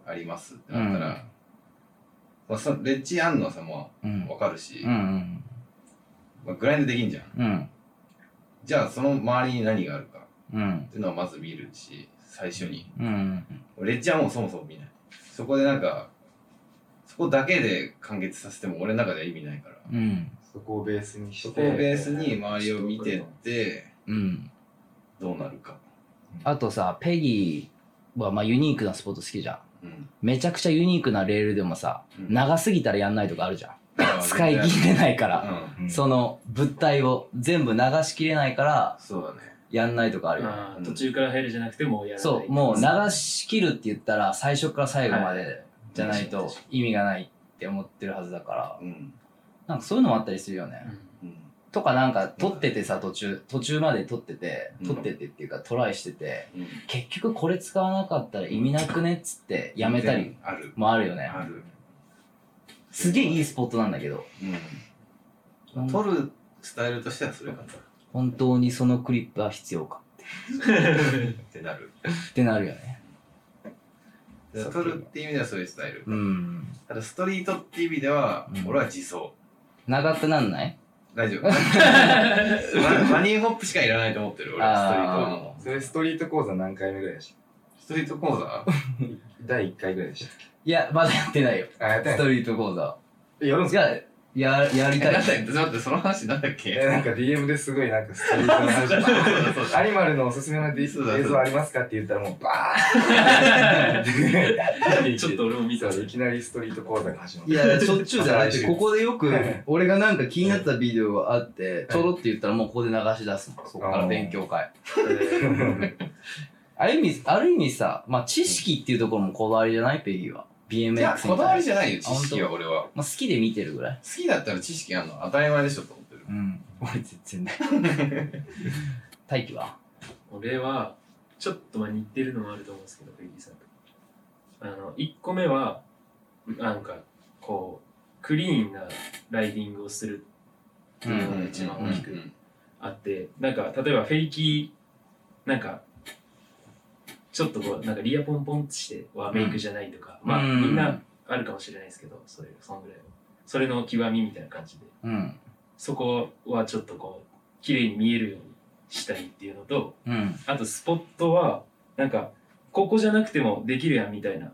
Speaker 5: ありますってなったら、まあ、そのレッジあんのはさ、も
Speaker 2: う
Speaker 5: うんわかるし、
Speaker 2: うん
Speaker 5: まあ、グラインドできんじゃん。
Speaker 2: うん
Speaker 5: じゃあ、その周りに何があるか。
Speaker 2: うん
Speaker 5: っていうのをまず見るし最初に
Speaker 2: うん
Speaker 5: レッジはもうそもそも見ないそこでなんかそこだけで完結させても俺の中では意味ないから
Speaker 2: うん
Speaker 3: そこをベースにして
Speaker 5: そこをベースに周りを見てって
Speaker 2: うん
Speaker 5: どうなるか
Speaker 2: あとさペギーはまあユニークなスポット好きじゃん
Speaker 5: うん
Speaker 2: めちゃくちゃユニークなレールでもさ
Speaker 5: うん
Speaker 2: 長すぎたらやんないとかあるじゃん
Speaker 5: あー
Speaker 2: 使い切れないか
Speaker 5: う
Speaker 2: ら
Speaker 5: ん
Speaker 3: うん
Speaker 2: その物体を全部流しきれないから
Speaker 5: そうだね
Speaker 2: やんないとかあるよね
Speaker 4: あー途中から入るじゃなくてもうやらない。
Speaker 2: そうもう流しきるって言ったら最初から最後までじゃないと意味がないって思ってるはずだから
Speaker 5: うん
Speaker 2: なんかそういうのもあったりするよね
Speaker 5: うん
Speaker 2: とかなんか撮っててさ途中途中まで撮ってて
Speaker 5: うん
Speaker 2: 撮っててっていうかトライしてて
Speaker 5: うん
Speaker 2: 結局これ使わなかったら意味なくねっつってやめたり
Speaker 5: ある
Speaker 2: もあるよね
Speaker 5: ある
Speaker 2: すげえいいスポットなんだけど
Speaker 5: う
Speaker 2: うん
Speaker 5: ん取るスタイルとしてはそれかなっ
Speaker 2: 本当にそのクリップは必要か
Speaker 4: うん
Speaker 5: てなる
Speaker 2: ってなるよね
Speaker 5: で撮るっていう意味ではそういうスタイル。
Speaker 2: うん。
Speaker 5: ただストリートっていう意味では
Speaker 2: う、ん
Speaker 5: 俺は自走。
Speaker 2: 長くなんない
Speaker 5: 大丈夫。ママニーホップしかいらないと思ってる、俺はストリートはも
Speaker 3: それストリート講座何回目ぐらいでした
Speaker 5: う。ストリート講座
Speaker 3: 第1回ぐらいでし
Speaker 2: いや、まだやってないよ。
Speaker 3: た。あ、やった
Speaker 2: ス
Speaker 3: や
Speaker 2: トリート講座。
Speaker 3: やるんす
Speaker 2: い
Speaker 3: か
Speaker 2: や、や、やり
Speaker 5: え
Speaker 2: た
Speaker 5: なんだっ
Speaker 2: い。
Speaker 5: け待って、その話なんだっ
Speaker 3: え、
Speaker 5: け
Speaker 3: なんか DM ですごいなんかストリートの話
Speaker 5: そうだそう だ
Speaker 3: アニマルのおすすめのディス
Speaker 5: そうだ
Speaker 3: 映像ありますかって言ったらもうバー ン って
Speaker 4: ちょっと俺も見た
Speaker 3: そういきなりストリート講座が始ま っ
Speaker 2: い
Speaker 3: た。
Speaker 2: や、しょっちゅうじゃないし、 ここでよく
Speaker 3: はい、
Speaker 2: 俺がなんか気になったビデオがあって、ちょろって言ったらもうここで流し出すの。そっか
Speaker 3: あ
Speaker 2: ら
Speaker 3: ー
Speaker 2: 勉強会。ある意味、ある意味さ、まあ知識っていうところもこだわりじゃないペギーは。BMX み
Speaker 5: い
Speaker 2: たい
Speaker 5: や、
Speaker 2: な。
Speaker 5: こだわりじ
Speaker 2: ゃ
Speaker 5: ゃないよ、知識は俺は。好
Speaker 2: まあ好きで見てるぐらい。
Speaker 5: きだったら知識あるの当たり前でしょと思ってる。
Speaker 2: うん。俺全然ない。 大輝は
Speaker 4: 俺はちょっとまあ似てるのもあると思うんですけど藤井さんとあの1個目はなんかこうクリーンなライディングをするっていうのが一番大きくあってなんか例えばフェイキーなんかちょっとこうなんかリアポンポンってしてはメイクじゃないとか、まあ
Speaker 2: うん
Speaker 4: みんなあるかもしれないですけどそれそんぐらいはそれの極みみたいな感じで
Speaker 2: うん。
Speaker 4: そこはちょっとこう綺麗に見えるようにしたいっていうのと
Speaker 2: うん。
Speaker 4: あとスポットはなんかここじゃなくてもできるやんみたいな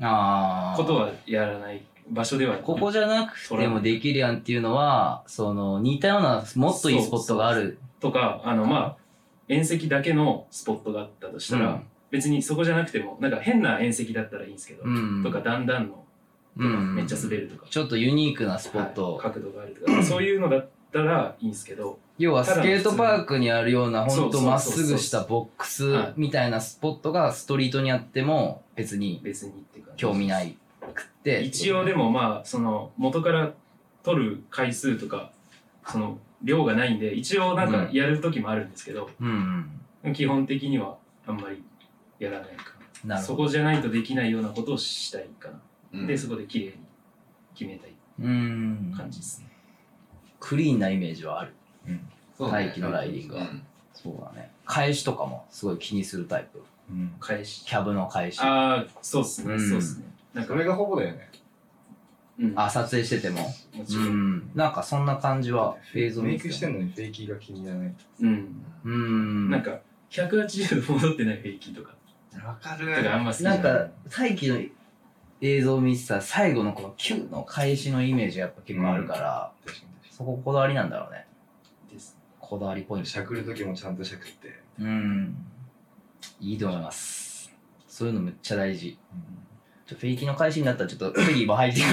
Speaker 2: ああ。
Speaker 4: ことはやらない場所では
Speaker 2: ここじゃなくてもできるやんっていうのは、その、似たような、もっといいスポットがある。
Speaker 4: とかあのまあ遠石だけのスポットがあったとしたら、別にそこじゃなくてもなんか変な遠石だったらいいんですけど、
Speaker 2: うん。
Speaker 4: とか段々のと
Speaker 2: う
Speaker 4: か
Speaker 2: ん、
Speaker 4: めっちゃ滑るとか、
Speaker 2: ちょっとユニークなスポット。
Speaker 4: はい角度があるとかそういうのだったらいいんですけど
Speaker 2: 要はスケートパークにあるような、
Speaker 4: ただ
Speaker 2: ほ
Speaker 4: の
Speaker 2: ん
Speaker 4: 普
Speaker 2: と
Speaker 4: 通
Speaker 2: まっすぐしたボックス
Speaker 4: はい
Speaker 2: みたいなスポットがストリートにあっても、別に
Speaker 4: 別にっていうか
Speaker 2: 興味ないくって。
Speaker 4: 一応でもまあその元から取る回数とかその量がないんで一応なんかやる時もあるんですけど、
Speaker 2: うん。
Speaker 4: 基本的にはあんまりやらないか
Speaker 2: な
Speaker 4: な
Speaker 2: るほ
Speaker 4: そ
Speaker 2: ど。
Speaker 4: こじゃないとできないようなことをしたいかな、
Speaker 5: うん
Speaker 4: でそこで綺麗に決めたいう
Speaker 2: ーん。
Speaker 4: 感じですね、
Speaker 2: クリーンなイメージはある。
Speaker 5: そうだね
Speaker 2: 大気のライディングは
Speaker 5: うん
Speaker 2: そうだね。返しとかもすごい気にするタイプ。
Speaker 3: うん
Speaker 4: 返し
Speaker 2: キャブの返し。あ
Speaker 4: ああそうっすね、
Speaker 2: うん
Speaker 4: そうっすねなん
Speaker 3: そ
Speaker 4: か、
Speaker 3: れがほぼだよね。
Speaker 4: うん、
Speaker 2: 撮影してても。
Speaker 4: もち
Speaker 2: う
Speaker 4: ろん
Speaker 2: ん。なんかそんな感じは映像
Speaker 3: メイ
Speaker 2: 見て
Speaker 3: クして
Speaker 2: も。
Speaker 3: んのにフェイキーが気に入らない。
Speaker 4: うん、
Speaker 2: う。
Speaker 4: うんん
Speaker 2: な
Speaker 4: なんん
Speaker 2: か、
Speaker 4: か180度戻ってない平均とか
Speaker 5: わか
Speaker 4: だ からあん
Speaker 5: る。
Speaker 4: ま好きじゃ
Speaker 2: な
Speaker 4: なんい
Speaker 2: か大輝の映像を見てた最後のこの Q の返しのイメージがやっぱ結構あるから、
Speaker 3: 確かに確か
Speaker 2: そここだわりなんだろうね。
Speaker 4: です
Speaker 2: こだわりポイン
Speaker 3: に。
Speaker 2: ト
Speaker 3: し。ゃくるときもちゃんとしゃくって。
Speaker 2: うん。いいと思います。そういうのめっちゃ大事。ちょフェイキの返しになったらちょっと次も入ってく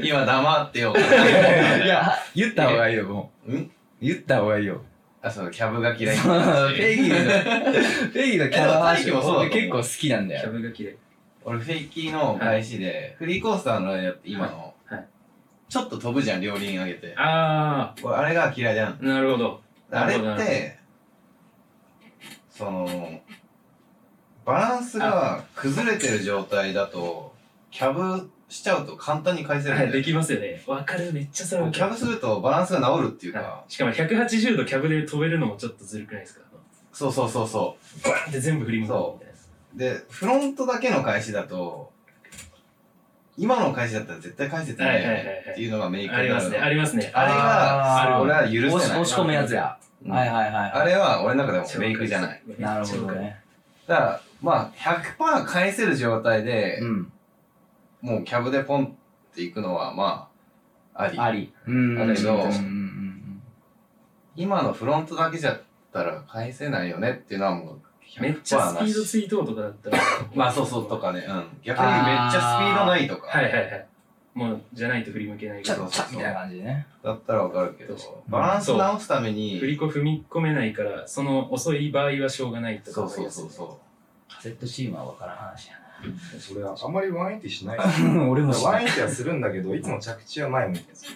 Speaker 2: る。
Speaker 5: 今黙ってようかな。
Speaker 2: いや、言った方がいいよ、もう。
Speaker 5: ん
Speaker 2: 言った方がいいよ。
Speaker 5: あ、そう、キャブが嫌い
Speaker 2: フ
Speaker 5: って話
Speaker 2: ェイキーの、フェイキーのキャラ
Speaker 5: えでも大輝もそうだと思う
Speaker 2: 俺結構好きなん
Speaker 4: キ
Speaker 2: だ
Speaker 4: ャ
Speaker 2: よ。
Speaker 4: ブが綺麗
Speaker 5: 俺フェイキーの返しで、フリーコースターのラインやって今の、
Speaker 4: はい
Speaker 5: ちょっと飛ぶじゃん両輪上げて
Speaker 4: あ
Speaker 5: 俺あれが嫌いじゃん
Speaker 4: あなるほど
Speaker 5: あれ
Speaker 4: な
Speaker 5: っ
Speaker 4: るほど
Speaker 5: てそのバランスが崩れてる状態だとキャブしちゃうと簡単に返せるんだよ
Speaker 4: できますよねわかるめっちゃそれわ
Speaker 5: キ
Speaker 4: か
Speaker 5: ャ
Speaker 4: る
Speaker 5: ブするとバランスが治るっていうか、
Speaker 4: はいしかも180度キャブで飛べるのもちょっとずるくないですか
Speaker 5: そうそうそうそ
Speaker 4: バーンって全部振り向くみたいな
Speaker 5: うでフロントだけの返しだと今の返しだったら絶対返せてないよ
Speaker 4: はいはいはい
Speaker 5: ね
Speaker 4: はい
Speaker 5: っていうのがメイクに
Speaker 4: あ
Speaker 5: なる
Speaker 4: り
Speaker 5: の
Speaker 4: ますね、ありますね。
Speaker 5: あれが
Speaker 4: あー
Speaker 5: 俺は許
Speaker 2: 押
Speaker 5: せ
Speaker 2: し
Speaker 5: ない
Speaker 2: 押し込むやつや。
Speaker 5: うん
Speaker 2: はいはいはい。
Speaker 5: あれは俺の中でもメイクじゃない。。
Speaker 2: なるほど。ね。
Speaker 5: だから、まあ、100%返せる状態で、
Speaker 2: うん。
Speaker 5: もうキャブでポンっていくのは、まあ、あり。
Speaker 2: あり。うん
Speaker 5: だけど
Speaker 2: うんうんうん
Speaker 5: 今のフロントだけじゃったら返せないよねっていうのはもう100%
Speaker 4: めっちゃスピード
Speaker 5: なし。
Speaker 4: ツイートとかだったら
Speaker 5: まあ、そうそうと。かね。うん。逆にめっちゃスピードないとか、
Speaker 4: はいはいはい。もう、じゃないと振り向けない
Speaker 2: ち
Speaker 4: け
Speaker 2: ょ
Speaker 4: ど
Speaker 2: っと、ちょっとみたいな感じでね。
Speaker 5: だったらわかるけど
Speaker 4: 確かに、
Speaker 5: バランス直すため
Speaker 4: 振
Speaker 5: に、
Speaker 4: り子踏み込めないから、その遅い場合はしょうがないとか
Speaker 5: そ
Speaker 4: も
Speaker 5: う
Speaker 4: あ
Speaker 5: そ
Speaker 4: り
Speaker 5: う
Speaker 4: ます
Speaker 5: そ
Speaker 4: よ
Speaker 5: う
Speaker 4: ね。
Speaker 5: そ
Speaker 2: セットシーンは分からん話や
Speaker 3: それはあんまりワンエンティしない。
Speaker 2: な。俺もし
Speaker 3: ワ
Speaker 2: な
Speaker 3: ン
Speaker 2: い。
Speaker 3: エンティはするんだけど、いつも着地は前向いてるんですよ。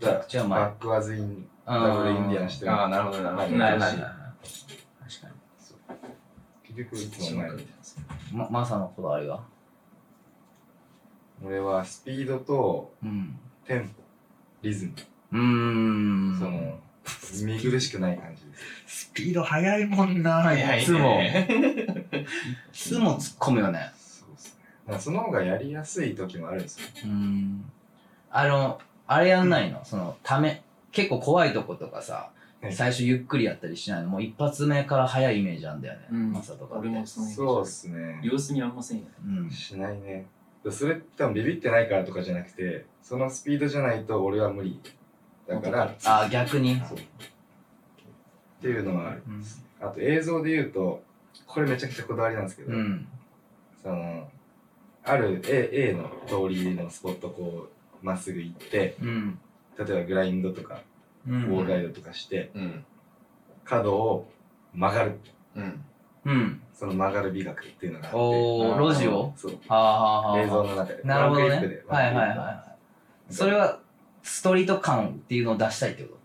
Speaker 3: だから、
Speaker 2: じゃあ
Speaker 3: バッ
Speaker 2: ま
Speaker 3: クはずイン、
Speaker 2: あ、
Speaker 3: ダブルインディアン
Speaker 2: し
Speaker 3: して
Speaker 5: う。
Speaker 3: る。
Speaker 5: ああ、なるほど、なるほど。
Speaker 2: な
Speaker 4: な
Speaker 2: る
Speaker 4: る
Speaker 2: ほ
Speaker 4: ほ
Speaker 2: ど。
Speaker 4: ど
Speaker 2: 確か
Speaker 3: 結局いつも前向いてる。
Speaker 2: に。ま、まさのこだわりは
Speaker 3: 俺はスピードと
Speaker 2: うん。
Speaker 3: テンポ、リズム、
Speaker 2: うーん。
Speaker 3: その、見苦しくない感じです。
Speaker 2: スピード速いもんな
Speaker 5: 早いね
Speaker 2: いつも。いつも突っ込むよね。
Speaker 3: そうなんかその方がやりやすい時もあるんですよ。
Speaker 2: うんあのあれやんないの、そのため結構怖いとことかさ、
Speaker 3: はい
Speaker 2: 最初ゆっくりやったりしないのもう一発目から早いイメージなんだよね、
Speaker 4: うん
Speaker 2: マサとかって
Speaker 4: 俺もそう
Speaker 3: そうですね。
Speaker 4: 様子見あんませんよね
Speaker 2: うん
Speaker 3: しないね。それって多分ビビってないからとかじゃなくて、そのスピードじゃないと俺は無理。だか ら、 っ
Speaker 2: あ逆に
Speaker 5: そう
Speaker 3: ていうのはある。
Speaker 2: うん
Speaker 3: あと映像で言うと、これめちゃくちゃこだわりなんですけど、
Speaker 2: うん
Speaker 3: その、ある A, A の通りのスポットこう、まっすぐ行って、
Speaker 2: うん
Speaker 3: 例えばグラインドとか、
Speaker 2: う
Speaker 3: ウォー
Speaker 2: ん
Speaker 3: ルライドとかして、
Speaker 5: うん
Speaker 3: 角を曲がる。
Speaker 5: うん
Speaker 2: うん
Speaker 3: その曲がる美学っていうのがあって。
Speaker 2: お
Speaker 5: あー
Speaker 2: ー路地を
Speaker 3: そう。
Speaker 2: はあはあはあ
Speaker 3: 映像の中で。
Speaker 2: なるほどね
Speaker 3: ワ
Speaker 2: はい
Speaker 3: ンクリップで
Speaker 2: はいはい
Speaker 3: ワンクリップで
Speaker 2: はいそれはストリート感っていうのを出したいってこと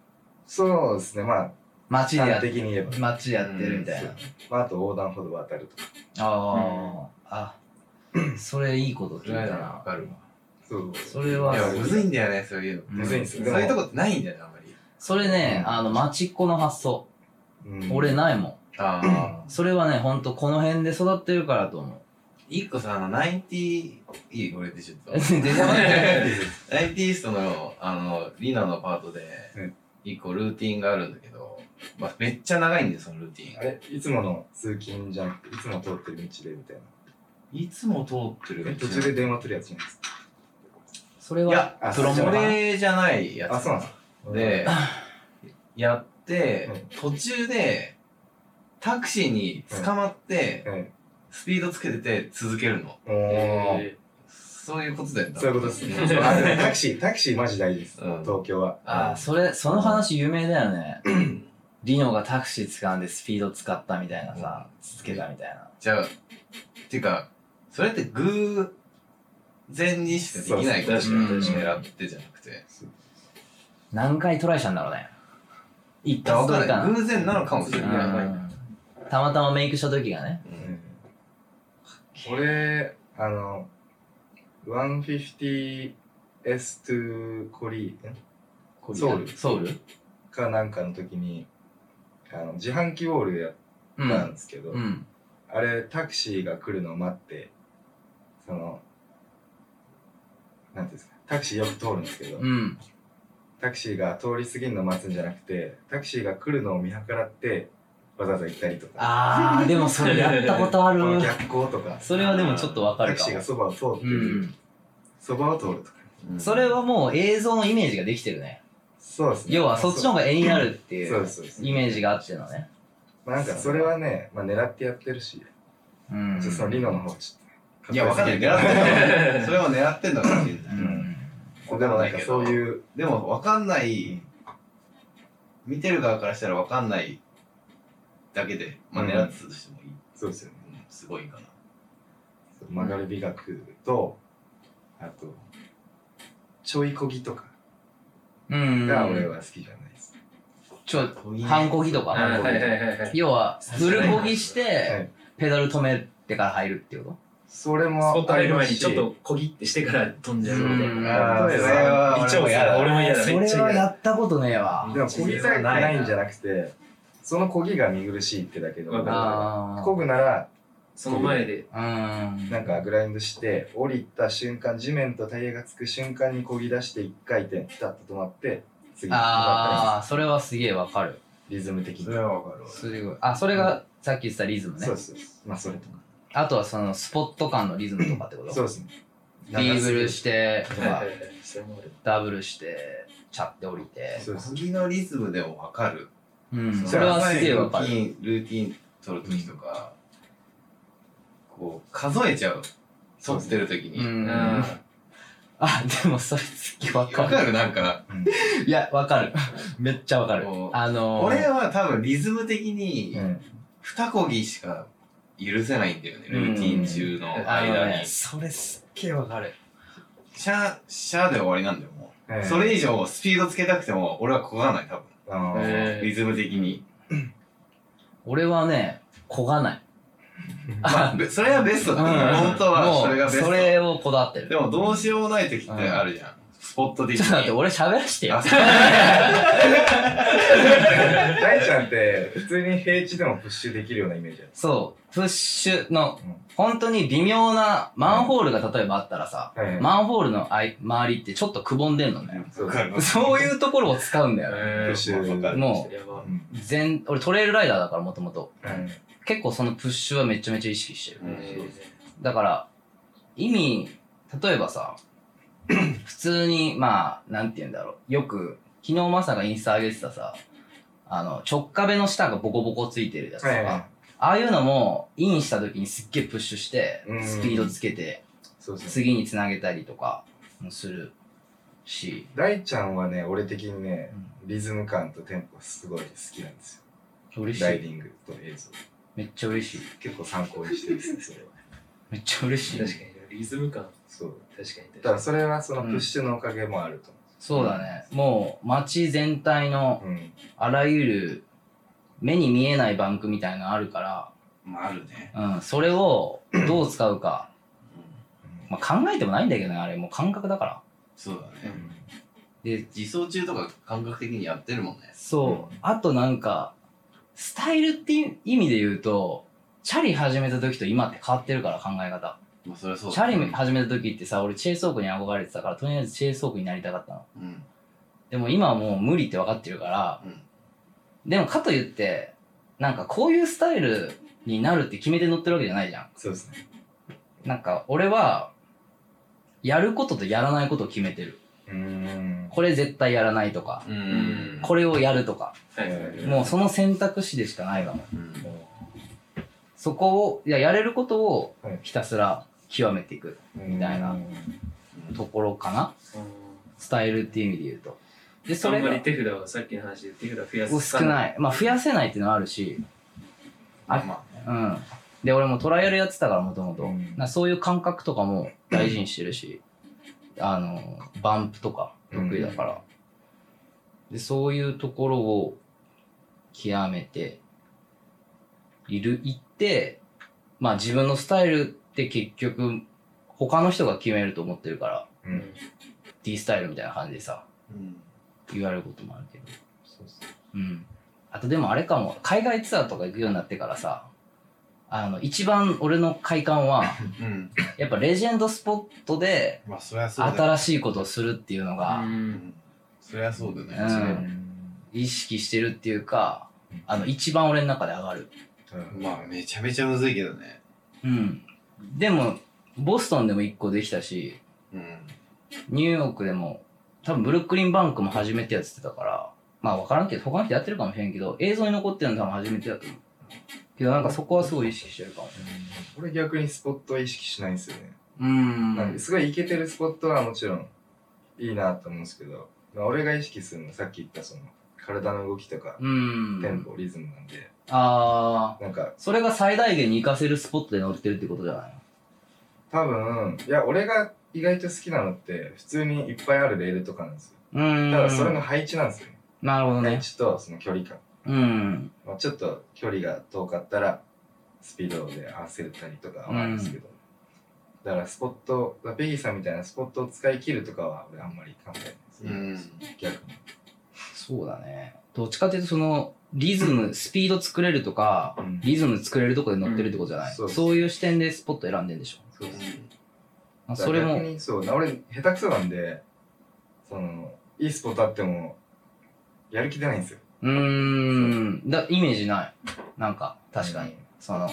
Speaker 3: そうですね、まあ、
Speaker 2: 街でや
Speaker 3: 端
Speaker 2: って
Speaker 3: 的に言えば。
Speaker 2: 街でやってるみたいな、
Speaker 3: うんまあ、あと横断歩道渡るとか。
Speaker 2: ああ、あそれいいこと聞
Speaker 5: それはい
Speaker 2: た
Speaker 5: わ
Speaker 2: な
Speaker 5: かるわ
Speaker 3: そう。
Speaker 2: それ
Speaker 5: いや
Speaker 2: は
Speaker 5: むずいんだよねそういうの
Speaker 2: むずいん
Speaker 3: すよ
Speaker 5: そういうとこってないんだよねあんまり
Speaker 2: それね、あの町っ子の発想、
Speaker 3: うん
Speaker 2: 俺ないもん
Speaker 5: ああ
Speaker 2: それはねほんとこの辺で育ってるからと思う
Speaker 5: 一個さあのナインティいい俺でちょっと
Speaker 2: でしょ
Speaker 5: ナインティーストのあのリナのパートで
Speaker 3: うん
Speaker 5: 一個ルーティンがあるんだけど、まあ、めっちゃ長いんだよそのルーティ
Speaker 3: あれいつもの通勤じゃなくて、いつも通ってる道でみたいな。
Speaker 5: ンいつも通ってる
Speaker 3: え途中で電話取るやつじゃないですか。
Speaker 2: それ
Speaker 5: いや
Speaker 2: は
Speaker 3: あ
Speaker 2: プロモ
Speaker 5: そ
Speaker 2: かな
Speaker 5: れじゃないやつ
Speaker 3: あ、そうなんですか。
Speaker 5: で、やって、
Speaker 3: うん
Speaker 5: 途中で、タクシーに捕まって、
Speaker 3: はい。
Speaker 5: スピードつけてて続けるの。
Speaker 3: おー。
Speaker 4: え
Speaker 5: そういうことだよね。
Speaker 3: そういうことで すね。
Speaker 5: うん
Speaker 3: あでもタクシー、タクシーマジ大事です。
Speaker 5: うん
Speaker 3: 東京は。
Speaker 2: あそれその話有名だよねリノがタクシー掴んでスピード使ったみたいなさつけたみたいな
Speaker 5: じゃあ、っていうか、それって偶然にしてできないこと
Speaker 4: そう
Speaker 2: そう確かに
Speaker 5: 狙ってじゃなくて。
Speaker 2: 何回トライしたんだろうね一
Speaker 5: いや、
Speaker 2: 発
Speaker 5: わか
Speaker 2: 撮り
Speaker 5: んな
Speaker 2: か
Speaker 5: い。偶然なのかもしれ
Speaker 2: な
Speaker 5: な
Speaker 2: う
Speaker 5: い。
Speaker 2: んたまたまメイクした時がね
Speaker 5: うん
Speaker 3: 俺、あの、150S to コリー
Speaker 2: コ
Speaker 3: ソウル
Speaker 2: ソウル
Speaker 3: かなんかの時に、あの自販機ウォールやっ
Speaker 2: う
Speaker 3: たん
Speaker 2: ん
Speaker 3: ですけど、
Speaker 2: うん
Speaker 3: あれタクシーが来るのを待ってそのなんていうんですかタクシーよく通るんですけど、
Speaker 2: うん
Speaker 3: タクシーが通り過ぎるのを待つんじゃなくてタクシーが来るのを見計らってわざわざ行ったりとか
Speaker 2: あーでもそれやったことあ
Speaker 3: こ
Speaker 2: る
Speaker 3: の逆光とか
Speaker 2: それはでもちょっとわか
Speaker 3: タ
Speaker 2: る
Speaker 3: ク
Speaker 2: か
Speaker 3: シー
Speaker 2: も
Speaker 3: がそばを通
Speaker 2: う
Speaker 3: って
Speaker 2: ん
Speaker 3: るそば、を通るとか
Speaker 5: うん
Speaker 2: それ、はもう映像のイメージができてるね
Speaker 3: そうですね
Speaker 2: 要はそっちの方が絵になるってい
Speaker 3: そう
Speaker 2: う
Speaker 3: ですそうです
Speaker 2: イメージがあってのね
Speaker 3: まあ、なんかそれはね、まあ、狙ってやってるし、
Speaker 2: うん
Speaker 3: ちょっとそのリノの方ちょっと
Speaker 5: いや、わかんない。狙
Speaker 3: 片
Speaker 5: っ
Speaker 3: 付
Speaker 5: てん
Speaker 3: けて
Speaker 5: のかそれは狙ってんのかもしれない。
Speaker 2: うん
Speaker 3: でもなんかそういう
Speaker 5: でも分かんない見てる側からしたら分かんないだけで、まあ、
Speaker 3: うん
Speaker 5: 狙ってたとしてもいい、
Speaker 3: そうですよね
Speaker 5: うんすごいかな
Speaker 3: 曲がる美学と、あとちょいこぎとか
Speaker 2: うん
Speaker 3: が俺は好きじゃないです、
Speaker 2: ちょ反抗期と
Speaker 4: ー
Speaker 2: か
Speaker 4: あーはいはいはいはい
Speaker 2: 要はフルこぎし
Speaker 3: は
Speaker 2: て
Speaker 3: い
Speaker 2: ペダル止めてから入るってこと
Speaker 3: それ
Speaker 4: スポッ
Speaker 3: も
Speaker 4: ト
Speaker 3: あ
Speaker 4: 入
Speaker 3: り
Speaker 4: る
Speaker 3: ま
Speaker 4: 前
Speaker 3: す
Speaker 4: に
Speaker 3: し
Speaker 4: ちょっと小切ってしてから飛んじゃうみたい
Speaker 2: うん
Speaker 4: な。
Speaker 5: あーそれは
Speaker 4: 一応
Speaker 5: 嫌だ
Speaker 4: 俺も嫌だ、
Speaker 2: そ
Speaker 4: めっち
Speaker 2: れ
Speaker 4: ゃ
Speaker 2: は
Speaker 4: 嫌
Speaker 2: や
Speaker 4: だ。
Speaker 2: ったことねえわ
Speaker 3: でもこぎたくないんじゃなくてそのこぎが見苦しいってだけで
Speaker 4: わか
Speaker 2: あ
Speaker 3: こぐなら
Speaker 4: その前で。
Speaker 2: あうん
Speaker 3: なんかグラインドして降りた瞬間地面とタイヤがつく瞬間にこぎ出して一回転ピタッと止まって次
Speaker 2: ああそれはすげえわかる
Speaker 3: リズム的に、
Speaker 5: それは分かるわ
Speaker 2: すごいあそれがさっき言ってたリズムね
Speaker 3: そうですそうですまあそれとか
Speaker 2: あとはそのスポット感のリズムとかってこと
Speaker 3: そうですね
Speaker 2: ディーブルしてと
Speaker 4: はいは
Speaker 2: か
Speaker 4: いはい。それも俺
Speaker 2: ダブルしてチャって降りて
Speaker 3: そうです
Speaker 5: 次のリズムでも分かる
Speaker 2: うん
Speaker 5: の
Speaker 2: それはすげえわか
Speaker 5: ルー
Speaker 2: る
Speaker 5: ティンルーティン取る時とか、こう数えちゃう取ってる時に、
Speaker 2: うん
Speaker 4: あ
Speaker 2: あでもそれ次わか
Speaker 5: 分
Speaker 2: る
Speaker 5: かるなんか、
Speaker 2: いやわかるめっちゃわかる
Speaker 5: もう
Speaker 2: あのー
Speaker 5: 俺は多分リズム的に
Speaker 3: うん
Speaker 5: 二こぎしか許せないんだよね、ルーティン中の
Speaker 2: あの
Speaker 5: 間に、
Speaker 2: ねそれすっげえわかる
Speaker 5: シャーシャーで終わりなんだよもう
Speaker 3: はい
Speaker 5: それ以上スピードつけたくても俺はこがない多分
Speaker 3: あのー
Speaker 4: ーえ
Speaker 5: リズム的に、
Speaker 2: 俺はねこがない
Speaker 5: まあべそれはベストだ、
Speaker 2: うん
Speaker 5: 本当はそれがベス
Speaker 2: もう
Speaker 5: ト
Speaker 2: それをこだわって
Speaker 5: で
Speaker 2: る
Speaker 5: もどうしようもない時ってあるじゃん、スポットで
Speaker 2: ちょっと待って、俺喋らしてよ。
Speaker 3: 大ちゃんって普通に平地でもプッシュできるようなイメージある。
Speaker 2: そう、プッシュの
Speaker 3: うん、
Speaker 2: 本当に微妙なマンホールが例えばあったらさ、
Speaker 3: はいはい
Speaker 2: マンホールのあい周りってちょっとくぼんでんのね。
Speaker 3: そう
Speaker 5: わかるわ
Speaker 2: そういうところを使うんだよね。
Speaker 3: プ
Speaker 4: え
Speaker 3: ッシュ
Speaker 5: わかる
Speaker 2: も
Speaker 4: ー、やば。
Speaker 3: うん
Speaker 2: 全、俺トレイルライダーだからもともと。
Speaker 3: はい
Speaker 2: 結構そのプッシュはめちゃめちゃ意識してる。
Speaker 5: うん
Speaker 4: えー
Speaker 2: だから、意味、例えばさ、 普通に、まあ、なんて言うんだろう。よく、昨日まさがインスタ上げてたさ、あの、直壁の下がボコボコついてるやつとか、
Speaker 3: はいはい
Speaker 2: ああいうのも、インした時にすっげえプッシュして
Speaker 3: う、ん
Speaker 2: スピードつけて、
Speaker 3: そうですね。
Speaker 2: 次につなげたりとかもするし、
Speaker 3: 大ちゃんはね、俺的にね
Speaker 2: う、ん
Speaker 3: リズム感とテンポがすごい好きなんです
Speaker 2: 嬉
Speaker 3: よ。
Speaker 2: し
Speaker 3: ライ
Speaker 2: い。
Speaker 3: ディングと映像。
Speaker 2: めっちゃ嬉しい。
Speaker 3: 結構参考にしてるんですね、それは。
Speaker 2: めっちゃ嬉しい。
Speaker 4: 確かに、リズム感、
Speaker 3: そう。
Speaker 4: 確かに確
Speaker 3: た
Speaker 4: か
Speaker 3: だそれはそのプッシュのおかげもあると
Speaker 2: そうだね。もう、街全体の
Speaker 3: 思う。うん。
Speaker 2: あらゆる目に見えないバンクみたいなのあるから、
Speaker 5: まああるね。
Speaker 2: うん、それをどう使うか、 まあ、考えてもないんだけどねあれもう感覚だから
Speaker 5: そうだね。
Speaker 2: で
Speaker 5: 自走中とか感覚的にやってるもんね。
Speaker 2: そう、あとなんかスタイルっていう意味で言うとチャリ始めた時と今って変わってるから考え方
Speaker 5: まあそれはそう
Speaker 2: チ
Speaker 5: だ
Speaker 2: ャ
Speaker 5: ね。
Speaker 2: リ始めた時ってさ俺チェイスオークに憧れてたからとりあえずチェイスオークになりたかったの
Speaker 5: うん。
Speaker 2: でも今はもう無理って分かってるから
Speaker 5: うん。
Speaker 2: でもかといってなんかこういうスタイルになるって決めて乗ってるわけじゃないじゃん
Speaker 3: そうですね。
Speaker 2: なんか俺はやることとやらないことを決めてる
Speaker 3: うーん。
Speaker 2: これ絶対やらないとか、
Speaker 5: うん。
Speaker 2: これをやるとか、
Speaker 4: に。はいはいはい。
Speaker 2: もうその選択肢でしかないかも。
Speaker 5: うん
Speaker 2: そこを、いや、やれることを
Speaker 3: はい
Speaker 2: ひたすら極めていくみたいなところかな。スタイルっていう意味で言うと。で、
Speaker 4: あ
Speaker 2: それ
Speaker 4: んまり
Speaker 2: が
Speaker 4: 手札はさっきの話で手札増や
Speaker 2: お
Speaker 4: す
Speaker 2: 少ない。まあ、増やせないっていうのはあるし、
Speaker 5: まあまあね。
Speaker 2: うん。で、俺もトライアルやってたから、もともと
Speaker 3: うん。
Speaker 2: なそういう感覚とかも大事にしてるし、あの、バンプとか得意だから。で、そういうところを極めている、いって、まあ自分のスタイルって結局、他の人が決めると思ってるから、
Speaker 3: う。
Speaker 4: うんん
Speaker 2: D スタイルみたいな感じでさ、
Speaker 5: うん。
Speaker 2: 言われることもあるけど。
Speaker 3: そうです
Speaker 2: うん。あとでもあれかも、海外ツアーとか行くようになってからさ、あの、一番俺の快感は、
Speaker 5: うん。
Speaker 2: やっぱレジェンドスポットで
Speaker 5: まあそれはそうだよ。
Speaker 2: 新しいことをするっていうの
Speaker 4: う
Speaker 2: が
Speaker 4: ん
Speaker 5: それはそうだ
Speaker 2: う
Speaker 5: ね。
Speaker 2: ん意識してるっていうか
Speaker 3: うん、
Speaker 2: あの一番俺の中で上がる。
Speaker 3: うん
Speaker 5: まあめちゃめちゃむずいけどね。
Speaker 2: うん。でも、ボストンでも一個できたし、
Speaker 5: うん。
Speaker 2: ニューヨークでも、多分ブルックリンバンクも初めてやってたから、まあ分からんけど、他の人やってるかもしれんけど、映像に残ってるの多分初めてだと思う。けどなんかそこはすごい意識してるかも。
Speaker 3: 俺逆にスポットは意識しないんですよね。
Speaker 2: う
Speaker 3: なん
Speaker 2: ん
Speaker 3: で。すごいイケてるスポットはもちろんいいなと思うんですけど、まあ、俺が意識するのはさっき言ったその体の動きとか
Speaker 2: う
Speaker 3: テン
Speaker 2: ん。
Speaker 3: ポリズムなんで
Speaker 2: ああ、
Speaker 3: なんか
Speaker 2: それが最大限に活かせるスポットで乗ってるってことじゃない
Speaker 3: 多分いや俺が意外と好きなのって普通にいっぱいあるレールとかなんですよ
Speaker 2: うん。
Speaker 3: ただそれの配置なんですよね
Speaker 2: なるほど
Speaker 3: 配
Speaker 2: ね。
Speaker 3: 置とその距離感、
Speaker 2: うん。
Speaker 3: まあ、ちょっと距離が遠かったらスピードで合わせたりとかはあるんですけど、だからスポットペギーさんみたいなスポットを使い切るとかは俺あんまり考えないです、
Speaker 5: う
Speaker 3: ね
Speaker 5: ん。
Speaker 3: 逆に、
Speaker 2: そうだね。どっちかっていうと、その、リズム、スピード作れるとか、
Speaker 3: うん
Speaker 2: リズム作れるとこで乗ってるってことじゃない、
Speaker 3: うんそうです
Speaker 2: そういう視点でスポット選んでんでしょ。
Speaker 3: そうです
Speaker 2: まあそれも
Speaker 3: 逆、にそうな俺下手くそなんでそのいいスポットあってもやる気出ないんですよ
Speaker 2: うーん、だイメージない。なんか、確かに。その、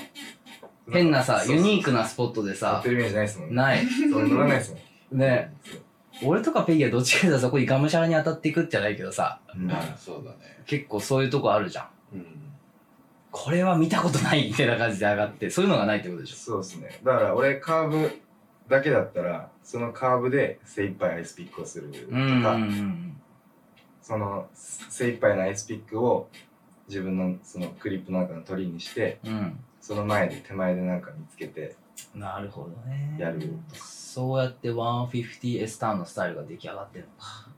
Speaker 2: 変なさ、
Speaker 3: そうそう
Speaker 2: ユニークなスポットで
Speaker 3: やっ
Speaker 2: さ
Speaker 3: て、るイメージないですもんね
Speaker 2: ない。
Speaker 3: そう乗らないですもん
Speaker 2: ね。
Speaker 3: そう
Speaker 2: 俺とかペギーはどっちかというとそこにがむしゃらに当たっていくじゃないけどさ、
Speaker 3: う
Speaker 5: うんん。まあそうだね。
Speaker 2: 結構そういうとこあるじゃん。
Speaker 5: うん。
Speaker 2: これは見たことないみたいな感じで上がって、そういうのがないってことでしょ。
Speaker 3: そうですねだから俺カーブだけだったらそのカーブで精一杯アイスピックをすると
Speaker 2: うんうんう
Speaker 3: か
Speaker 2: ん。
Speaker 3: その精一杯のアイスピックを自分のそのクリップの中の取りにして
Speaker 2: うん。
Speaker 3: その前で手前でなんか見つけて
Speaker 2: なるほどね。
Speaker 3: やる
Speaker 2: そうやって 150S ターンのスタイルが出来上がってるのか。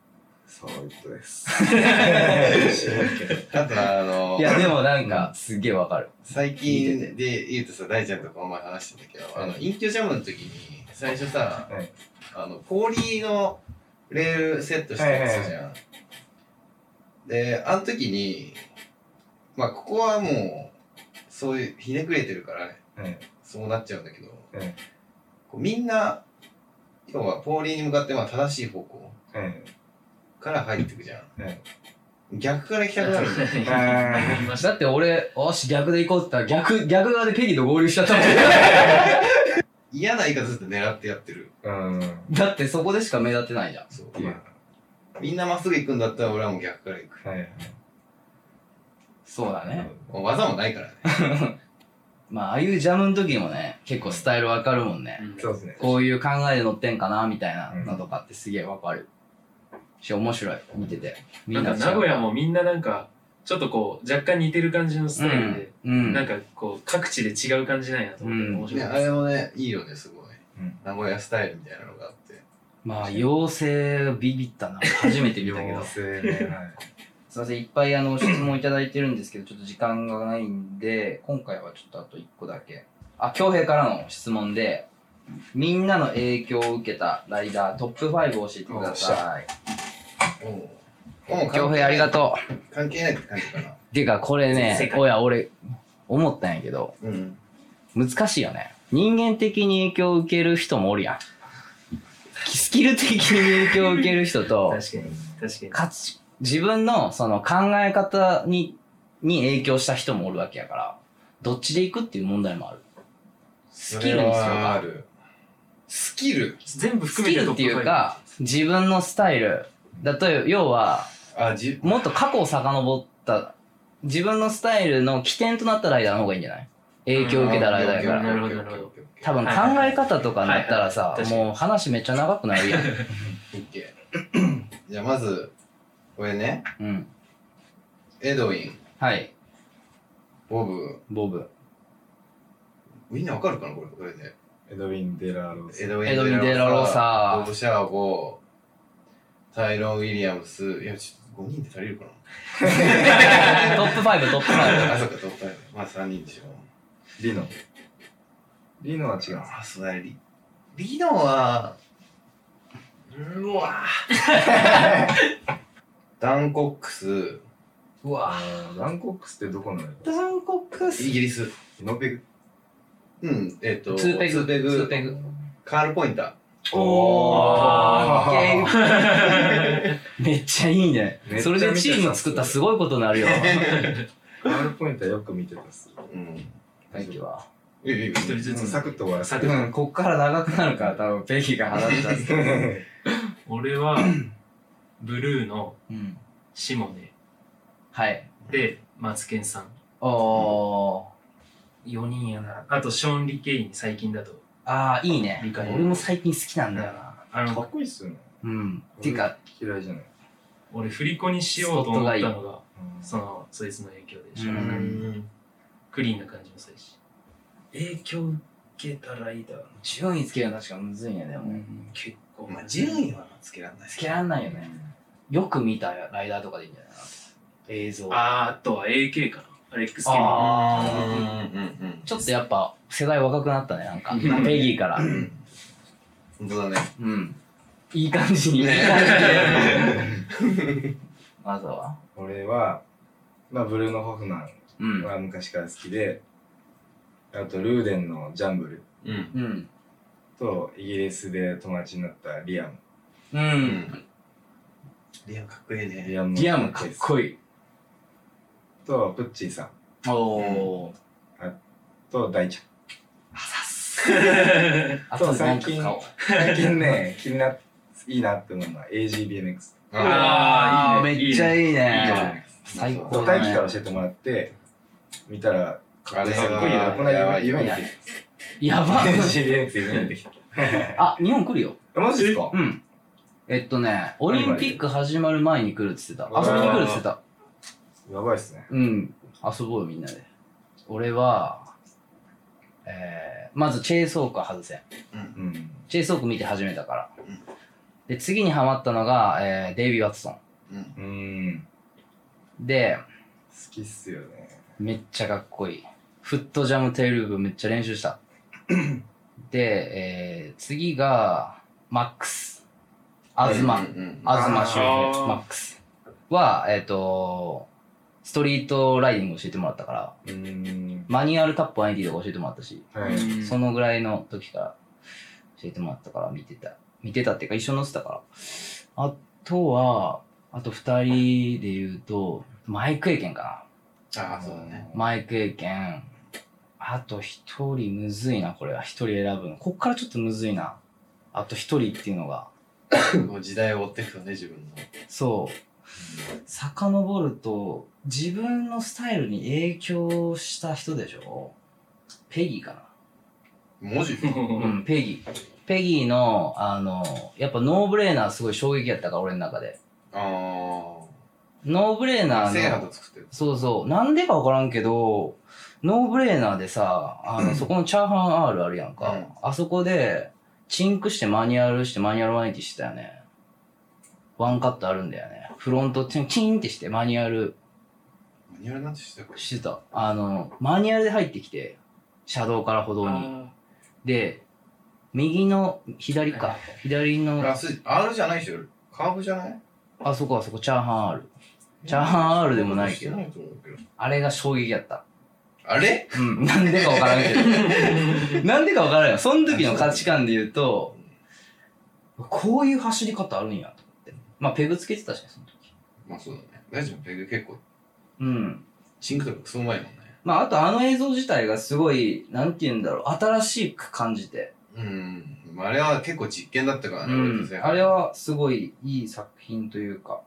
Speaker 3: そういうことです 知らんけど
Speaker 5: あとあの
Speaker 2: いや、でもなんか、すっげえわかる。
Speaker 5: 最
Speaker 2: 見て
Speaker 5: 近で言うとさ大ちゃんとこの前話してたけど、あの隠居ジャムの時に最初さ、
Speaker 3: はい
Speaker 5: あの氷のレールセットしてやつじゃん。で、あの時に、まあ、ここはもう、そういう、ひねくれてるから、
Speaker 3: はい
Speaker 5: そうなっちゃうんだけど、
Speaker 3: はい
Speaker 5: こうみんな、要は、ポーリーに向かって、まあ、正しい方向
Speaker 3: はい
Speaker 5: から入ってくじゃん。
Speaker 3: はい
Speaker 5: 逆から行きたくな るんだよ。
Speaker 3: あ
Speaker 4: 言いました
Speaker 2: だって俺、よし、逆で行こうって言ったら、逆、逆側でペギーと合流しちゃったもん。
Speaker 5: 嫌な言い方ずっと狙ってやってる。
Speaker 3: ーうん
Speaker 2: だってそこでしか目立ってないじゃん。
Speaker 5: そう。
Speaker 3: いや
Speaker 5: まあみんなまっすぐ行くんだったら、俺はもう逆から行く。
Speaker 3: はいはい
Speaker 2: そうだ
Speaker 3: なる
Speaker 2: ね。
Speaker 5: もう技もないからね。
Speaker 2: まあ、ああいうジャムの時もね、結構スタイルわかるもんね。
Speaker 4: うん
Speaker 3: ほどそうですね
Speaker 2: こういう考えで乗ってんかな、みたいなのとかってすげえわかる。し、面白い。見てて。み
Speaker 4: なんか名古屋もみんななんかちょっとこう若干似てる感じのス
Speaker 2: う
Speaker 4: タイルで
Speaker 2: ん、。うん。
Speaker 4: なんかこう各地で違う感じなんやと思って、
Speaker 2: うん
Speaker 4: 面白
Speaker 5: ね、
Speaker 4: い
Speaker 5: あ
Speaker 4: で
Speaker 5: れ
Speaker 4: す。
Speaker 5: もね、いいよね、すごい。
Speaker 3: うん
Speaker 5: 名古屋スタイルみたいなのがあって。
Speaker 2: まあ、妖精ビビったな。初めて見たけど
Speaker 3: 妖。精ねはい
Speaker 2: すいません、いっぱいあの質問いただいてるんですけど、ちょっと時間がないんで、今回はちょっとあと1個だけ。あ、京平からの質問で、みんなの影響を受けたライダートップ5を教えてください。
Speaker 5: おうおう
Speaker 2: 京平ありがとう。
Speaker 5: う。関係ないって感じかな。
Speaker 2: てか、これ
Speaker 4: 世
Speaker 2: ね、
Speaker 4: 界
Speaker 2: おや、俺、思ったんやけど、
Speaker 5: うん。
Speaker 2: 難しいよね。人間的に影響を受ける人もおるやん。スキル的に影響を受ける人と、
Speaker 4: 確かに確かに。
Speaker 2: かつ自分のその考え方にに影響した人もおるわけやからどっちでいくっていう問題もあるスキルにしよう
Speaker 5: それはあ
Speaker 2: か
Speaker 5: る。スキル
Speaker 4: 全部
Speaker 2: ス
Speaker 4: 含
Speaker 2: キ
Speaker 4: めて
Speaker 2: ル
Speaker 4: ト
Speaker 2: っ
Speaker 4: ッ
Speaker 2: て
Speaker 4: プ
Speaker 2: いうか自分のスタイルだと要は
Speaker 5: あ、じ、
Speaker 2: もっと過去を遡った自分のスタイルの起点となったライダーの方がいいんじゃない影響を受けたライダーやか
Speaker 5: あ
Speaker 2: ら
Speaker 4: なるほどなるほど。
Speaker 5: オッケーオッケー
Speaker 2: 多分考え方とかになったら
Speaker 4: は
Speaker 2: さ
Speaker 4: いはいはい確かに
Speaker 2: もう話めっちゃ長くなるやん、
Speaker 5: オッケーじゃあまず、これね、
Speaker 2: うん、
Speaker 5: エドウィン、
Speaker 2: はい
Speaker 5: ボブ、
Speaker 2: ボブ
Speaker 5: みんなわかるかなこれ、これで。
Speaker 3: エドウィン・デラロ
Speaker 5: エ
Speaker 3: ス
Speaker 5: ドウィン、
Speaker 2: エドウィン・デラロー
Speaker 5: ボ
Speaker 2: サ
Speaker 5: ブ・シャーゴ、タイロン・ウィリアムス、いや、ちょっと5人で足りるか
Speaker 2: ートップ5トップ
Speaker 5: なあ、
Speaker 2: 5
Speaker 5: そっか、トップまあ3人でしょ。
Speaker 3: リノリノは違うんです
Speaker 5: あ、そうだね。リリノは、うわ ダンコックス、
Speaker 2: うわ
Speaker 3: あーランコックスってどこなの
Speaker 2: ダンコックス
Speaker 5: イギリス、
Speaker 3: ノペグ
Speaker 5: うん、えっ、と、
Speaker 2: ツーペ
Speaker 5: ツ
Speaker 2: グ
Speaker 5: ーペグ
Speaker 2: ツーペグ
Speaker 5: カール・ポインタ
Speaker 2: おー
Speaker 3: ー
Speaker 2: めっちゃいいね
Speaker 3: めっちゃ
Speaker 2: そ
Speaker 3: 見
Speaker 2: れ
Speaker 3: てた
Speaker 2: でチーム作ったらすごいことになるよ
Speaker 3: カールポイントはよく見てたっす
Speaker 5: ー。うん。
Speaker 2: 大輝は
Speaker 5: ええええ
Speaker 4: 一人ずつ
Speaker 3: サクッと終わらせて
Speaker 2: うんこっから長くなるから多分ペギが話し出す
Speaker 4: 俺は ブルーの
Speaker 2: うん
Speaker 4: シモネ
Speaker 2: はい
Speaker 4: でマツケンさん
Speaker 2: おお
Speaker 4: 4人やなあとショーン・リケイン最近だと
Speaker 2: ああいいね
Speaker 4: 理解
Speaker 2: 俺も最近好きなんだよな
Speaker 4: あ
Speaker 3: か
Speaker 4: の
Speaker 3: っこいいっすよね
Speaker 2: うんていうか
Speaker 3: 嫌いじゃない
Speaker 4: 俺振り子にしようと思った
Speaker 2: スポ
Speaker 4: のがそのそいつの影響でしょ、クリーンな感じもするし影響受けたライダー、
Speaker 2: 順位つけるの確かむずいんやでも
Speaker 4: 結構
Speaker 5: まあ、順位はつけられない
Speaker 2: つけらんないよねよく見たライダーとかでいいんじゃないかな映像
Speaker 4: あーあとは AK かなアレックス・ケリー
Speaker 2: あ
Speaker 5: うんうん
Speaker 2: ちょっとやっぱ世代若くなったねなんか
Speaker 4: うん
Speaker 2: ペギーから
Speaker 5: うん。本当だね。
Speaker 2: うんいい感じにいい
Speaker 5: ね
Speaker 2: 感じでまずは
Speaker 3: 俺はまあブルーノ・ホフマ
Speaker 2: う
Speaker 3: ン
Speaker 2: ん
Speaker 3: は昔から好きであとルーデンのジャンブル
Speaker 5: うん。
Speaker 2: うん
Speaker 3: とイギリスで友達になったリア
Speaker 2: う。
Speaker 3: ム
Speaker 5: うんリアムかっこいいね。
Speaker 3: リアム
Speaker 2: リアムかっこいい
Speaker 3: とプッチーさん
Speaker 2: おお
Speaker 3: と大ちゃん
Speaker 2: あさすあ
Speaker 3: そ
Speaker 2: と
Speaker 3: う
Speaker 2: 何
Speaker 3: 最
Speaker 2: 曲
Speaker 3: 近
Speaker 2: 買おう
Speaker 3: 最近ね気になっいいなって思うのは AGBMX
Speaker 5: あ
Speaker 4: あー
Speaker 2: ー
Speaker 4: いいね
Speaker 2: めっちゃいい
Speaker 5: あ。いいじゃ
Speaker 2: ね
Speaker 5: ない
Speaker 2: 最高
Speaker 3: 大輝から教えてもらって見たら
Speaker 5: あれ
Speaker 3: かっこいいなこの
Speaker 5: は
Speaker 3: 間夢に出てき
Speaker 2: や
Speaker 3: た
Speaker 2: ば
Speaker 3: AGBMX 夢に出てきた
Speaker 2: あ日本来るよ
Speaker 3: えマジですか
Speaker 2: うんえっとねオリンピック始まる前に来るっつってた
Speaker 3: あ
Speaker 2: 遊びに来るっつってた
Speaker 3: やばいっすね
Speaker 2: うん、遊ぼうよみんなで。俺は、えー、まずチェイソークは外せん。
Speaker 3: うん
Speaker 2: チェイソーク見て始めたから
Speaker 5: うん。
Speaker 2: で、次にハマったのが、えー、デイビー・ワトソン。
Speaker 5: うん。
Speaker 3: うん
Speaker 2: で、
Speaker 3: 好きっすよね
Speaker 2: めっちゃかっこいい。フットジャムテールーブめっちゃ練習した。で、えー、次が、マックス。東、
Speaker 5: うんうん
Speaker 2: 東周
Speaker 4: あー
Speaker 2: 平、マックスは、えっ、と、ストリートライディング教えてもらったから、
Speaker 3: うーん。
Speaker 2: マニュアルタップ90とか教えてもらったし、
Speaker 3: はい。
Speaker 4: うん
Speaker 2: そのぐらいの時から教えてもらったから見てた。見てたっていうか一緒に乗ってたから。あとは、あと二人で言うと、マイク英検か
Speaker 5: ああ、そうだね。
Speaker 2: な。マイク英検。あと一人むずいな、これは。一人選ぶの。こっからちょっとむずいな。あと一人っていうのが。
Speaker 5: こう時代を追っていくとね、自分の。
Speaker 2: そう。遡ると、自分のスタイルに影響した人でしょペギーかな。
Speaker 5: 文 字
Speaker 2: うん、ペギー。ペギーの、あの、やっぱノーブレーナーすごい衝撃やったから、俺の中で。
Speaker 5: あ
Speaker 2: ノーブレーナ
Speaker 5: あ。制
Speaker 2: ーの、
Speaker 5: 覇と作ってる。
Speaker 2: そうそう、なんでかわからんけど、ノーブレーナーでさ、あの、そこのチャーハン R あるやんか。
Speaker 5: うん
Speaker 2: あそこで、チンクしてマニュアルしてマニュアル180してたよね。ワンカットあるんだよね。フロントチンチンってしてマニュアル
Speaker 5: マニュアルなんてしてたか
Speaker 2: してた。あの、マニュアルで入ってきて、車道から歩道に。
Speaker 4: あ
Speaker 2: で、右の、左
Speaker 4: は
Speaker 2: か。左の
Speaker 5: ラス、R じゃないでしょカーブじゃない
Speaker 2: あそこあそこチャーハン R チャーハン R でもないけど
Speaker 5: そんことしてないと思うけど
Speaker 2: あれが衝撃やった
Speaker 5: あれ
Speaker 2: うん なんでかわからんけ どなんでかわからんよその時の価値観で言うとこういう走り方あるんやと思ってまあペグつけてたしねその時
Speaker 5: まあそうだね。大丈夫、ペグ結構、
Speaker 2: うん
Speaker 5: チンクとかクソうまいもんね。
Speaker 2: まああとあの映像自体がすごいなんて言うんだろう新しく感じて、
Speaker 5: うん。まああれは結構実験だったから
Speaker 2: う
Speaker 5: ね、俺と
Speaker 2: ん
Speaker 5: 制、覇
Speaker 2: あれ。はすごいいい作品というか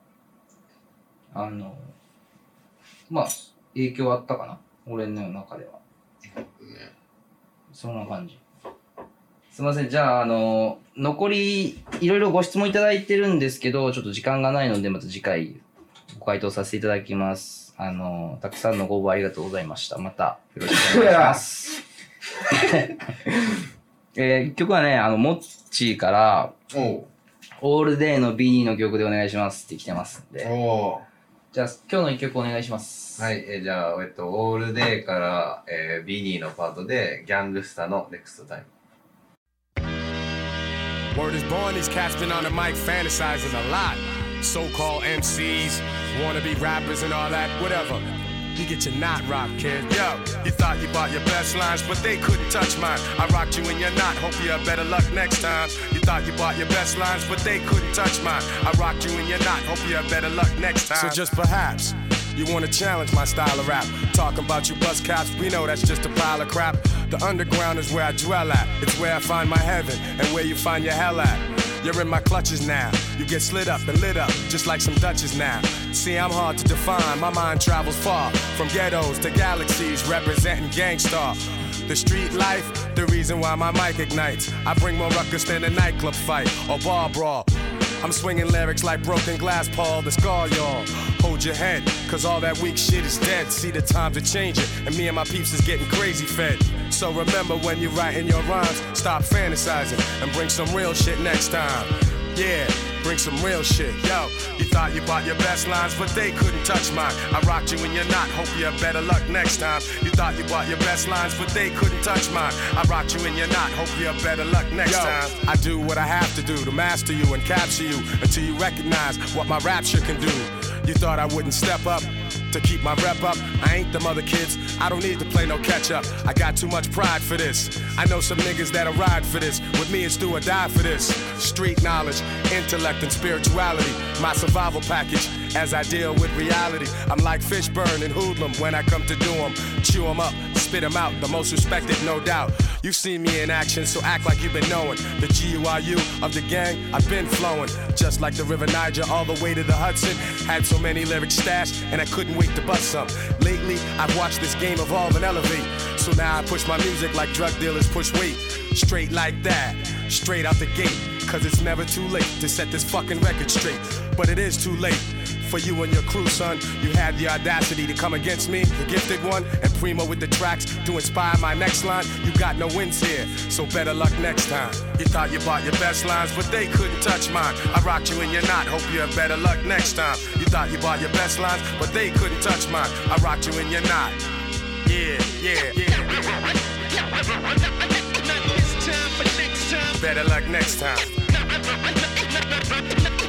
Speaker 2: あのまあ影響あったかな俺の中では
Speaker 5: ね
Speaker 2: そんな感じ。すみません。じゃあ、あの、残り、いろいろご質問いただいてるんですけど、ちょっと時間がないので、また次回、ご回答させていただきます。あの、たくさんのご応募ありがとうございました。また、よろしくお願いします。 えー、一曲はね、あの、モッチーから、
Speaker 5: おう
Speaker 2: オールデイの B2 の曲でお願いしますって来てますんで。
Speaker 5: おう
Speaker 2: じゃあ、今日の一曲お願いします。。
Speaker 5: はいい、えーじゃあ、えっと、オールデイから、えー、ビニーのパートで、ギャングスタのネクストタイム。
Speaker 6: Word is born, these cats been on the mic fantasizing a lot. So called MCs, wannabe rappers, and all that, whatever. You get your knot rock, kid. Yo, you thought you bought your best lines, but they couldn't touch mine. I rocked you in your knot, hope you have better luck next time. You thought you bought your best lines, but they couldn't touch mine. I rocked you in your knot, hope you have better luck next time. So just perhaps. You wanna challenge my style of rap? Talking about you bus cops, we know that's just a pile of crap. The underground is where I dwell at. It's where I find my heaven and where you find your hell at. You're in my clutches now. You get slid up and lit up, just like some Dutches now. See, I'm hard to define. My mind travels far from ghettos to galaxies, representing gangstar. The street life, the reason why my mic ignites. I bring more ruckus than a nightclub fight or bar brawl. I'm swinging lyrics like broken glass, Paul, the scar, y'all. Hold your head, cause all that weak shit is dead. See, the times are changing, and me and my peeps is getting crazy fed. So remember when you're writing your rhymes, stop fantasizing and bring some real shit next time. Yeah, bring some real shit. Yo, you thought you bought your best lines, but they couldn't touch mine. I rocked you and you're not, hope you have better luck next time. You thought you bought your best lines, but they couldn't touch mine. I rocked you and you're not, hope you have better luck next time. I do what I have to do to master you and capture you until you recognize what my rapture can do. You thought I wouldn't step up to keep my rep up. I ain't them other kids. I don't need to play no catch up. I got too much pride for this. I know some niggas that'll ride for this. With me, it's do or die for this. Street knowledge, intellect, and spirituality. My survival package as I deal with reality. I'm like Fishburne and Hoodlum when I come to do 'em. Chew 'em up, spit 'em out. The most respected, no doubt. You've seen me in action, so act like you've been knowing. The GUIU of the gang, I've been flowing. Just like the River Niger all the way to the Hudson. Had so many lyrics stashed, and I couldn't wait to bust some. Lately, I've watched this game evolve and elevate. So now I push my music like drug dealers push weight. Straight like that, straight out the gate. Cause it's never too late to set this fucking record straight. But it is too late for you and your crew, son. You had the audacity to come against me, the gifted one, and primo with the tracks to inspire my next line. You got no wins here, so better luck next time. You thought you bought your best lines, but they couldn't touch mine. I rocked you and you're not. Hope you have better luck next time. You thought you bought your best lines, but they couldn't touch mine. I rocked you and you're not. Yeah, yeah, yeah. Better luck next time. Now